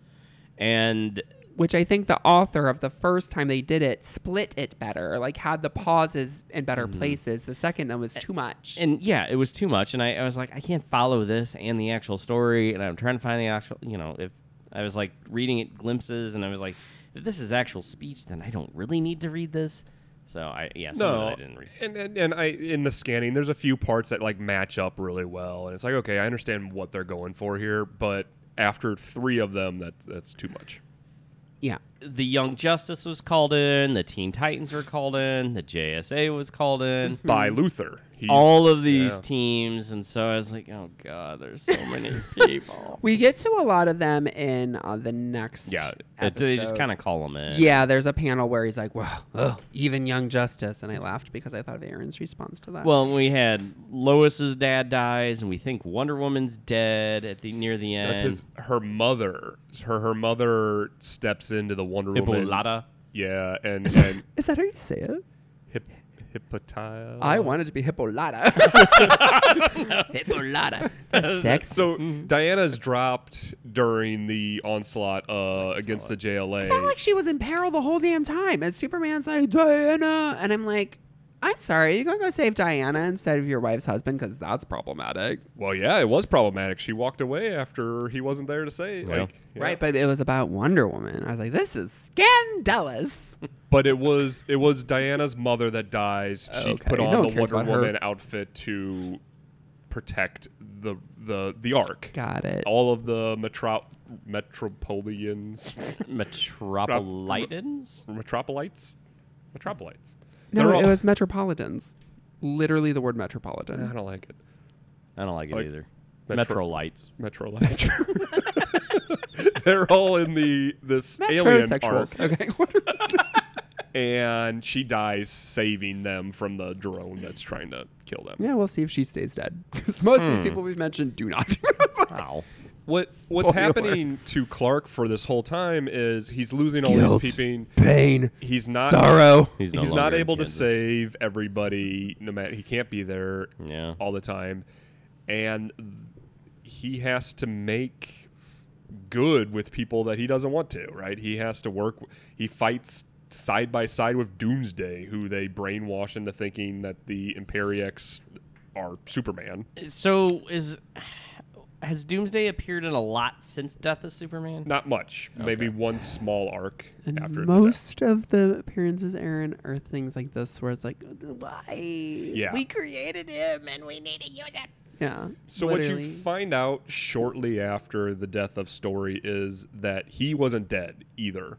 S4: and
S5: Which I think the author of the first time they did it split it better, like had the pauses in better places. The second one was too much.
S4: Mm-hmm. and yeah, it was too much, and I, I was like, I can't follow this and the actual story, and I'm trying to find the actual, you know, if I was like reading it glimpses, and I was like, if this is actual speech, then I don't really need to read this. So I yeah, some of it I didn't read.
S6: And, and and I in the scanning, there's a few parts that like match up really well, and it's like okay, I understand what they're going for here, but after three of them, that that's too much.
S5: yeah.
S4: the Young Justice was called in, the Teen Titans were called in, the JSA was called
S6: [laughs]
S4: in.
S5: Hmm.
S6: By Luther, he's
S4: All of these
S6: yeah.
S4: teams, and so I was like, "Oh God, there's so many
S6: [laughs]
S4: people."
S5: We get to a lot of them in uh, the next.
S4: yeah, it- they just
S5: episode.
S4: kind of call them in.
S5: Yeah, there's a panel where he's like, "Well, ugh, even Young Justice," and I laughed because I thought of Aaron's response to that.
S4: Well, we had Lois's dad dies, and we think Wonder Woman's dead at the near the end.
S6: That's his her mother. Her her mother steps into the Wonder Woman. [laughs]
S4: Hippolyta.
S6: Yeah, and
S5: [laughs]
S6: and
S5: is that how you say it?
S6: hip, Hippolyta.
S5: I wanted to be [laughs] Hippolyta. Hippolyta, the sex.
S6: So
S5: Mm-hmm.
S6: Diana's dropped during the onslaught uh, against the JLA.
S5: I felt like she was in peril the whole damn time, and Superman's like Diana, and I'm like, "I'm sorry, you're gonna go save Diana instead of your wife's husband because that's problematic."
S6: well, yeah, it was problematic. She walked away after he wasn't there to say. it.
S4: Yeah.
S6: Like, yeah.
S5: Right, but it was about Wonder Woman. I was like, "This is scandalous."
S6: But it was it was Diana's mother that dies. She
S5: Okay.
S6: put on
S5: No one
S6: the
S5: cares
S6: Wonder
S5: about her.
S6: Woman outfit to protect the the the Ark.
S5: Got it.
S6: All of the metro metropolians, [laughs]
S4: Metropolitans.
S6: metropolites, metropolites.
S5: No,
S6: They're all-
S5: it was Metropolitans. Literally the word
S6: I
S5: Metropolitan.
S6: don't like it.
S4: I don't like it
S6: Like-
S4: either.
S6: Metro-
S4: Metrolites.
S6: [laughs] Metro Lights. [laughs] They're all in the this alien arc,
S5: Metrosexuals. [laughs] Okay. what is-
S6: and she dies saving them from the drone that's trying to kill them.
S5: yeah, we'll see if she stays dead. Because [laughs] most of these
S6: Hmm.
S5: people we've mentioned do [laughs] not.
S4: Wow.
S6: What what's
S5: Spoiler.
S6: happening to Clark for this whole time is he's losing all
S5: Guilt.
S6: his peeping.
S5: Pain.
S6: He's not
S5: sorrow.
S4: He's, no
S6: he's
S4: longer
S6: not
S4: in
S6: able to
S4: Kansas.
S6: save everybody. No matter he can't be there
S4: Yeah.
S6: all the time, and he has to make good with people that he doesn't want to. Right? He has to work. He fights side by side with Doomsday, who they brainwash into thinking that the Imperiex are Superman.
S4: So is has Doomsday appeared in a lot since Death of Superman?
S6: Not much. Maybe one small arc after the death.
S5: Most of the appearances, Aaron, are things like this where it's like, why?
S6: Yeah.
S5: Yeah.
S6: So what you
S5: literally.
S6: find out shortly after the death of Story is that he wasn't dead either,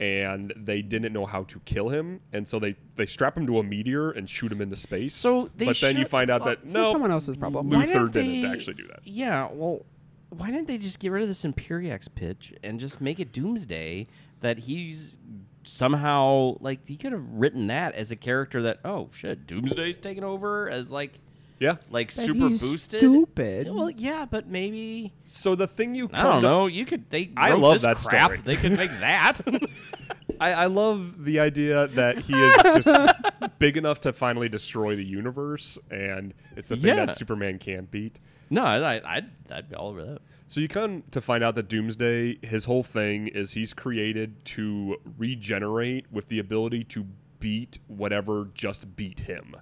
S6: and they didn't know how to kill him, and so they they strap him to a meteor and shoot him into space.
S4: So they
S6: but then you
S4: should-
S6: find out
S4: well,
S6: that
S5: This is
S6: no,
S5: someone else's problem.
S6: Luther
S4: Why didn't
S6: didn't
S4: they-
S6: actually do that.
S4: Yeah, well, why didn't they just get rid of this Imperiax pitch and just make it Doomsday that he's somehow like he could have written that as a character that oh shit Doomsday's taken over as like
S6: Yeah.
S4: like
S5: But
S4: super
S5: he's
S4: boosted.
S5: stupid.
S4: Well, yeah, but maybe
S6: So the thing you
S4: I
S6: come
S4: don't
S6: to
S4: know. You could they
S6: I
S4: wrote
S6: love
S4: this
S6: that
S4: crap.
S6: story.
S4: They could make [laughs] that.
S6: I, I love the idea that he
S5: [laughs]
S6: is just big enough to finally destroy the universe, and it's the thing
S4: Yeah.
S6: that Superman can't beat.
S4: no, I, I'd I'd be all over that.
S6: So you come to find out that Doomsday, his whole thing is he's created to regenerate with the ability to Hmm. beat whatever just beat him.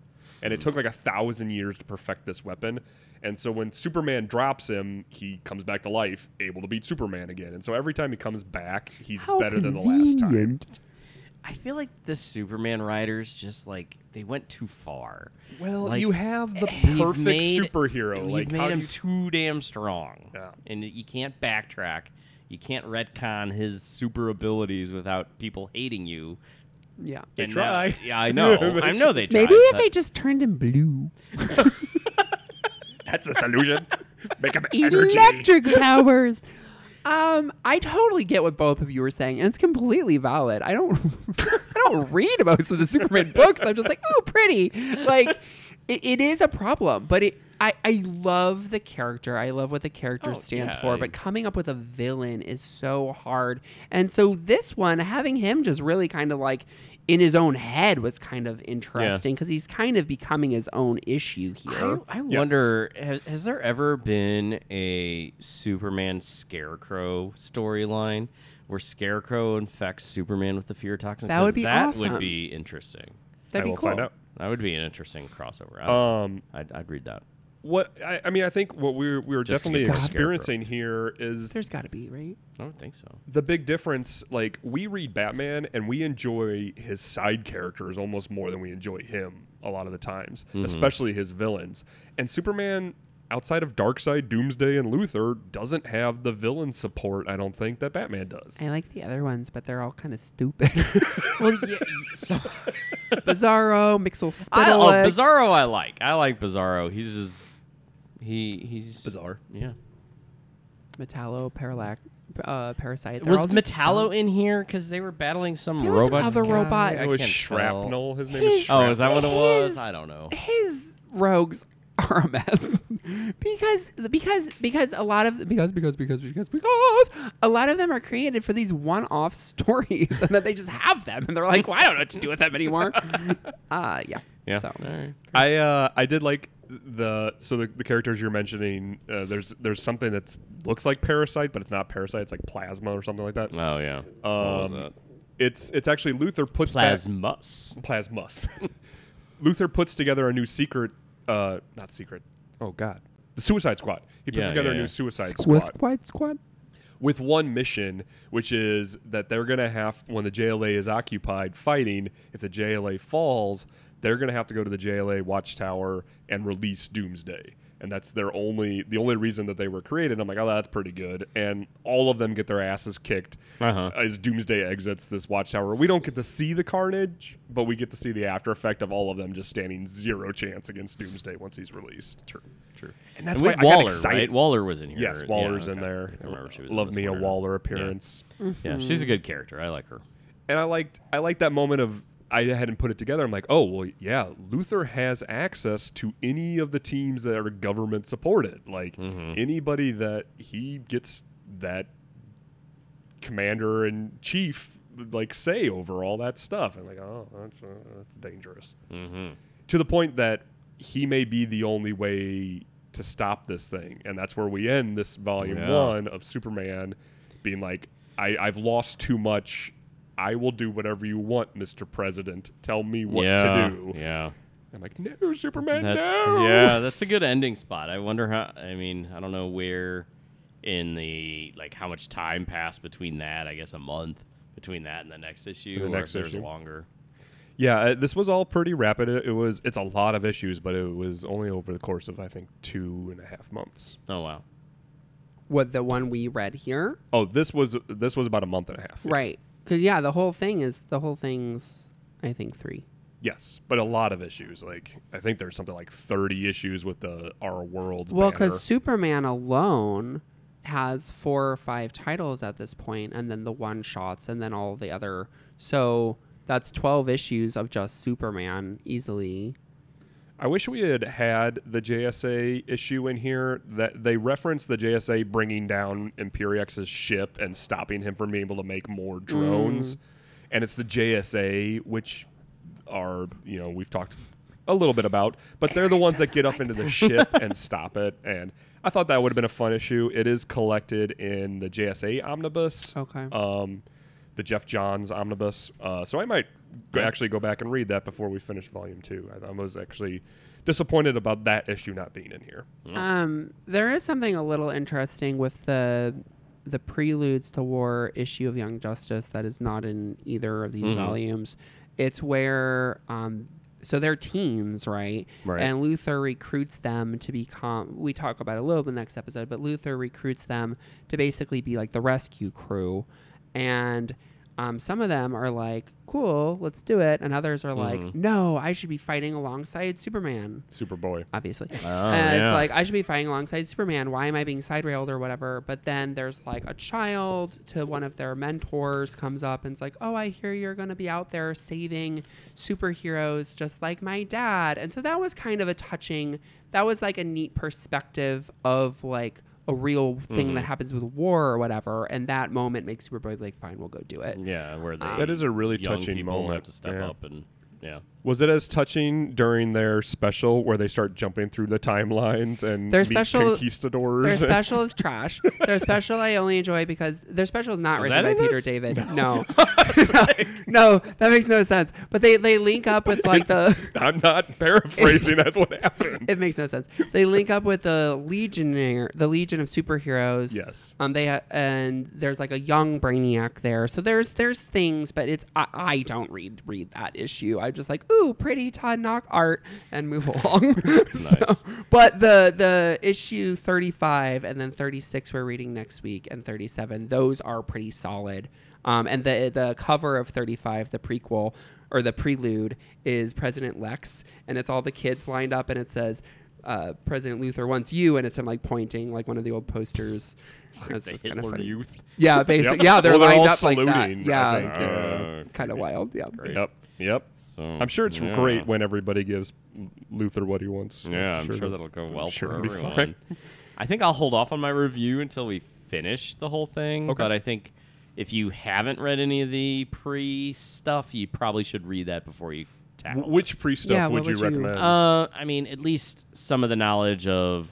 S6: And it took like a thousand years to perfect this weapon. And so when Superman drops him, he comes back to life, able to beat Superman again. And so every time he comes back, he's better than the last time.
S4: I feel like the Superman writers just like they went too far.
S6: Well,
S4: Like, eh,
S6: you have the
S4: you've
S6: perfect
S4: made-
S6: superhero.
S4: You've
S6: like
S4: made
S6: how do
S4: him
S6: you
S4: too damn strong,
S6: Yeah.
S4: and you can't backtrack. You can't retcon his super abilities without people hating you.
S5: Yeah.
S6: They
S4: And now-
S6: try.
S4: yeah,
S6: [laughs]
S4: I know. I know they try.
S5: Maybe if
S4: but
S5: they just turned him blue.
S6: [laughs] That's a solution. Make him
S5: [laughs]
S6: energy.
S5: Electric powers. Um, I totally get what both of you were saying, and it's completely valid. I don't, [laughs] I don't read most of the Superman books. I'm just like, ooh, pretty. Like, it, it is a problem, but it, I, I love the character. I love what the character
S4: Oh,
S5: stands
S4: yeah,
S5: for.
S4: I-
S5: But coming up with a villain is so hard, and so this one, having him just really kind of like in his own head was kind of interesting because he's kind of becoming his own issue here.
S4: I, I wonder has, has there ever been a Superman Scarecrow storyline where Scarecrow infects Superman with the fear toxin?
S5: That
S4: 'Cause
S5: would be
S4: that
S5: awesome.
S4: would be interesting.
S6: I
S5: That'd
S6: will
S5: be cool.
S6: find out.
S4: That would be an interesting crossover. I,
S6: Um,
S4: I'd, I'd read that.
S6: what I, I mean, I think what we're we're
S4: Just 'cause
S6: definitely
S4: it's a scarecrow.
S6: experiencing here is
S5: There's got to be right.
S4: I don't think so.
S6: the big difference. Like we read Batman and we enjoy his side characters almost more than we enjoy him a lot of the times,
S4: Mm-hmm.
S6: especially his villains. And Superman, outside of Darkseid, Doomsday, and Luthor, doesn't have the villain support. I don't think that Batman does.
S5: I like the other ones, but they're all kind of
S4: [laughs]
S5: stupid.
S4: Well, [laughs] yeah. So,
S5: Bizarro, Mixel
S4: I,
S5: Spittle.
S4: oh, Bizarro, I like. I like Bizarro. He's just he he's
S6: Bizarre.
S4: Yeah.
S5: Metallo, Parallax, uh, Parasite. They're all
S4: Was
S5: just
S4: Metallo
S5: dumb.
S4: in here because they were battling some
S5: There was
S4: robot?
S5: another
S4: guy?
S5: robot.
S4: I
S6: It was
S4: can't
S6: Shrapnel. His name
S5: His-
S6: is
S4: Tell.
S6: Shrapnel.
S4: Oh, is that what it
S5: His-
S4: was? I don't know.
S5: His rogues are a mess [laughs] because because because a lot of because because because because because a lot of them are created for these one-off [laughs] stories and that they just have them and they're like, well, I don't know what to do with them
S4: [laughs]
S5: anymore. uh, yeah.
S4: Yeah.
S5: So.
S4: All right.
S6: I uh, I did like the so the, the characters you're mentioning. Uh, there's there's something that looks like parasite, but it's not parasite. It's like plasma or something like that.
S4: Oh yeah.
S6: Um, It's it's actually Luther puts
S4: Plasmus.
S6: back,
S4: [laughs]
S6: plasmus. [laughs] Luther puts together a new secret. Uh, not secret. Oh God, the Suicide Squad. He puts
S4: Yeah,
S6: together
S4: yeah,
S6: a
S4: yeah.
S6: new Suicide
S5: Squad
S6: Squad
S5: squad squad.
S6: with one mission, which is that they're going to have, when the JLA is occupied fighting, if the JLA falls, they're going to have to go to the JLA watchtower and release Doomsday. And that's their only, the only reason that they were created. I'm like, oh, that's pretty good. And all of them get their asses kicked
S4: Uh-huh.
S6: as Doomsday exits this watchtower. We don't get to see the carnage, but we get to see the after effect of all of them just standing zero chance against Doomsday once he's released. True, true. And that's
S4: And
S6: why
S4: wait,
S6: I got
S4: Waller,
S6: excited.
S4: right? Waller was in here.
S6: Yes,
S4: Yeah,
S6: Waller's in
S4: okay.
S6: there.
S4: I remember she was. in
S6: Love
S4: this
S6: me a
S4: one.
S6: Waller appearance.
S4: Yeah, she's a good character. I like her.
S6: And I liked I liked that moment of I hadn't put it together. I'm like, oh well, yeah. Luther has access to any of the teams that are government supported. Like
S4: Mm-hmm.
S6: anybody that he gets that commander and chief like say over all that stuff. And like, oh, that's, uh, that's dangerous.
S4: Mm-hmm.
S6: To the point that he may be the only way to stop this thing. And that's where we end this volume
S4: Yeah.
S6: one of Superman being like, I, I've lost too much. I will do whatever you want, Mr. President. Tell me what
S4: yeah,
S6: to do.
S4: Yeah.
S6: I'm like, no, Superman,
S4: That's
S6: no.
S4: yeah, that's a good ending spot. I wonder how. I mean, I don't know where in the like how much time passed between that. I guess a month between that and the next issue.
S6: The
S4: or
S6: next
S4: if there's
S6: issue.
S4: longer.
S6: Yeah, uh, this was all pretty rapid. It, it was, it's a lot of issues, but it was only over the course of I think two and a half months.
S4: Oh wow.
S5: What the one we read here?
S6: Oh, this was this was about a month and a half.
S5: Right. Because yeah, the whole thing is the whole thing's I think three.
S6: Yes, but a lot of issues. Like I think there's something like 30 issues with the Our Worlds.
S5: Well,
S6: banner.
S5: because Superman alone has four or five titles at this point, and then the one shots, and then all the other. So that's twelve issues of just Superman easily.
S6: I wish we had had the JSA issue in here that they referenced the JSA bringing down Imperiex's ship and stopping him from being able to make more drones, and it's the JSA which are you know we've talked a little bit about, but they're the ones that get up into the ship and stop it. And I thought that would have been a fun issue. It is collected in the JSA omnibus.
S5: Okay.
S6: Um, the Jeff Johns omnibus. Uh, so I might go, actually go back and read that before we finish volume two. I, I was actually disappointed about that issue not being in here.
S5: Um, there is something a little interesting with the the preludes to war issue of Young Justice that is not in either of these volumes. It's where um, so they're teens, right?
S4: Right.
S5: And Luther recruits them to become. We talk about it a little bit in the next episode, but Luther recruits them to basically be like the rescue crew, and. Um, some of them are like, cool, let's do it. And others are like, no, I should be fighting alongside Superman
S6: Superboy.
S5: obviously. and
S4: yeah.
S5: It's like I should be fighting alongside Superman. Why am I being side railed or whatever? But then there's like a child to one of their mentors comes up and it's like, "Oh, I hear you're going to be out there saving superheroes just like my dad." And so that was kind of a touching. That was like a neat perspective of like a real thing that happens with war or whatever. And that moment makes Superboy like, "Fine, we'll go do it."
S4: Yeah, where the
S6: That is a really
S4: young
S6: touching
S4: people
S6: moment.
S4: have to step
S6: Yeah.
S4: up and yeah.
S6: Was it as touching during their special where they start jumping through the timelines and
S5: Their
S6: meet
S5: special-
S6: conquistadors?
S5: Their
S6: and-
S5: special is trash. Their special I only enjoy because their special is not
S4: that
S5: written by
S4: in
S5: Peter
S4: this?
S5: David. No. no, [laughs] no, that makes no sense. But they they link up with like the.
S6: [laughs] I'm
S5: [laughs]
S6: not paraphrasing. that's what happened.
S5: It makes no sense. They link up with the Legionnaire, the Legion of Superheroes.
S6: Yes.
S5: Um. They ha- and there's like a young Brainiac there. So there's there's things, but it's I, I don't read read that issue. I'm just like, ooh, pretty Todd Knock art, and move [laughs] along. So- but the the issue 35 and then 36 we're reading next week, and 37. Those are pretty solid. Um. And the the cover of 35, the prequel or the prelude is President Lex, and it's all the kids lined up, and it says. Uh, President Luther wants you, and it's him like pointing, like one of the old posters.
S6: [laughs]
S5: That's just kind of funny.
S4: youth.
S5: Yeah, basically.
S6: Yep.
S5: Yeah, they're
S6: Well, they're
S5: lined
S6: all
S5: up like that.
S6: saluting, I
S5: Yeah,
S6: think.
S5: it's
S4: Uh,
S5: kind of wild. Yeah.
S6: Yep. Yep.
S4: So,
S6: I'm sure it's
S4: yeah.
S6: great when everybody gives Luther what he wants.
S4: Yeah, I'm sure, that'll go well
S6: sure
S4: for
S6: it'll be
S4: everyone.
S6: fine.
S4: I think I'll hold off on my review until we finish the whole thing.
S6: Okay.
S4: But I think if you haven't read any of the pre stuff, you probably should read that before you tackle.
S6: W- Which pre stuff
S5: Yeah,
S6: would,
S5: what
S6: you
S5: would you-
S6: recommend?
S4: Uh, I mean, at least some of the knowledge of,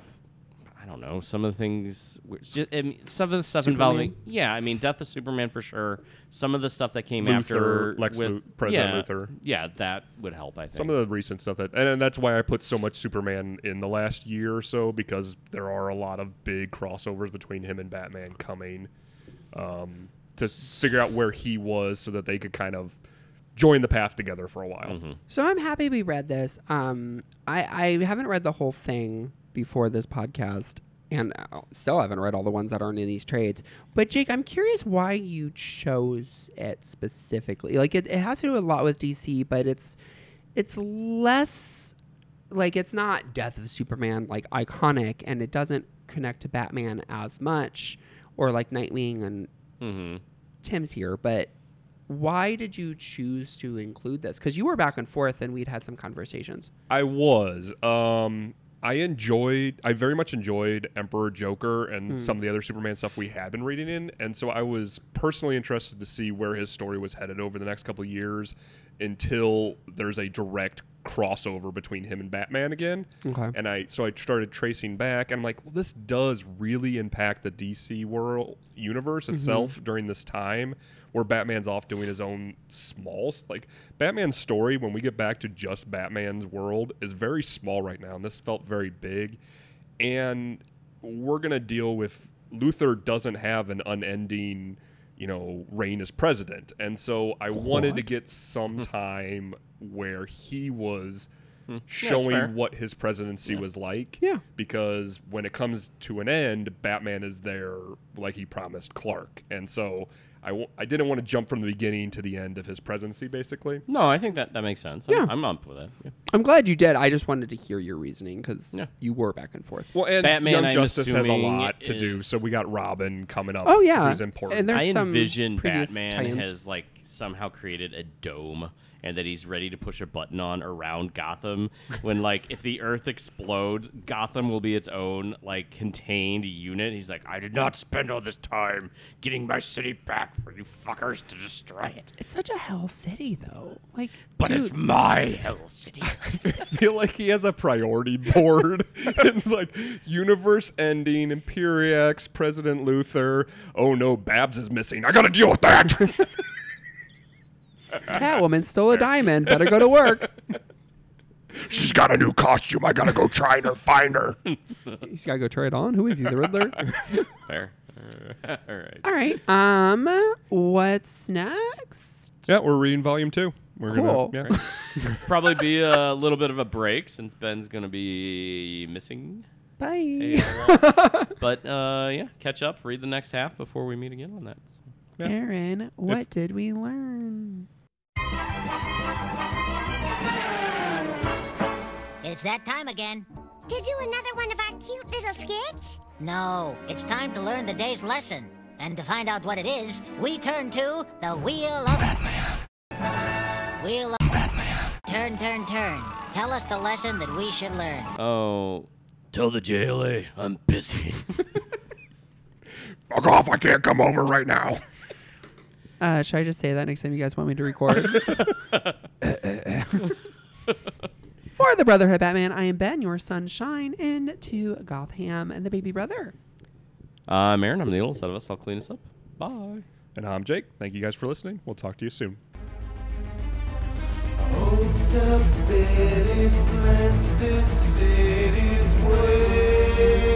S4: I don't know, some of the things, which ju- I mean, some of the stuff involving, yeah, I mean, Death of Superman for sure. Some of the stuff that came
S6: Luther,
S4: after
S6: Lex
S4: with,
S6: Lu- President
S4: yeah,
S6: Luther.
S4: yeah, that would help. I think
S6: Some of the recent stuff that, and, and that's why I put so much Superman in the last year or so because there are a lot of big crossovers between him and Batman coming. Um, to figure out where he was so that they could kind of join the path together for a while.
S5: So I'm happy we read this. Um, I, I haven't read the whole thing before this podcast, and I still haven't read all the ones that aren't in these trades. But Jake, I'm curious why you chose it specifically. Like it, it has to do a lot with DC, but it's it's less like it's not Death of Superman like iconic, and it doesn't connect to Batman as much, or like Nightwing and
S4: hmm
S5: Tim's here, but why did you choose to include this? Because you were back and forth, and we'd had some conversations.
S6: I was. Um, I enjoyed. I very much enjoyed Emperor Joker and some of the other Superman stuff we had been reading in, and so I was personally interested to see where his story was headed over the next couple of years, until there's a direct crossover between him and Batman again.
S5: Okay.
S6: And I so I started tracing back. And I'm like, well, this does really impact the DC world universe itself during this time where Batman's off doing his own small like Batman's story when we get back to just Batman's world is very small right now, and this felt very big. And we're gonna deal with Luther doesn't have an unending, you know, reign as president. And so I wanted to get some time where he was Hmm. showing
S4: fair.
S6: what his presidency was like.
S5: Yeah.
S6: Because when it comes to an end, Batman is there like he promised Clark. And so I w- I didn't want to jump from the beginning to the end of his presidency, basically.
S4: No, I think that that makes sense.
S5: Yeah.
S4: I'm, I'm up with it. Yeah.
S5: I'm glad you did. I just wanted to hear your reasoning because
S4: Yeah.
S5: you were back and forth.
S6: Well, and
S4: Batman,
S6: Young
S4: I'm
S6: Justice has a
S4: assuming,
S6: lot to do.
S4: is-
S6: So we got Robin coming up.
S5: Oh, yeah.
S6: Who's important. [laughs]
S5: And there's
S4: I
S5: some
S4: envision
S5: previous
S4: Batman
S5: tie-ins.
S4: has like somehow created a dome and that he's ready to push a button on around Gotham when like if the earth explodes, Gotham will be its own like contained unit. He's like, I did not spend all this time getting my city back for you fuckers to destroy it.
S5: It's such a hell city, though. Like,
S4: But it's my hell city.
S6: feel like he has a priority board. [laughs] it's like universe ending, Imperiax, President Luther. Oh no, Babs is missing. I gotta deal with that. [laughs]
S5: Catwoman stole a diamond. Better go to work.
S6: She's got a new costume. I gotta go try her, find her.
S5: He's got to go try it on. Who is he, the Riddler? [laughs]
S4: Fair. [laughs] All right.
S5: All right. Um, what's next?
S6: yeah, we're reading volume two. We're
S5: Cool.
S6: gonna yeah.
S4: Probably be a little bit of a break since Ben's gonna be missing.
S5: Bye.
S4: But uh, yeah, catch up, read the next half before we meet again on that.
S6: Yeah.
S5: Aaron, what did we learn?
S8: It's that time again. To do another one of our cute little skits? No, it's time to learn the day's lesson. And to find out what it is, we turn to the Wheel of Batman. Wheel of Batman. Turn, turn, turn. Tell us the lesson that we should learn.
S4: Oh,
S2: Tell the JLA I'm busy.
S6: Fuck off! I can't come over right now.
S5: Uh, should I just say that next time you guys want me to record? For the Brotherhood of Batman, I am Ben, your sunshine, and to Gotham and the baby brother.
S4: I'm Aaron. I'm the oldest out of us. I'll clean us up. Bye.
S6: And I'm Jake. Thank you guys for listening. We'll talk to you soon.
S7: Oats of bitters cleanse this city's way.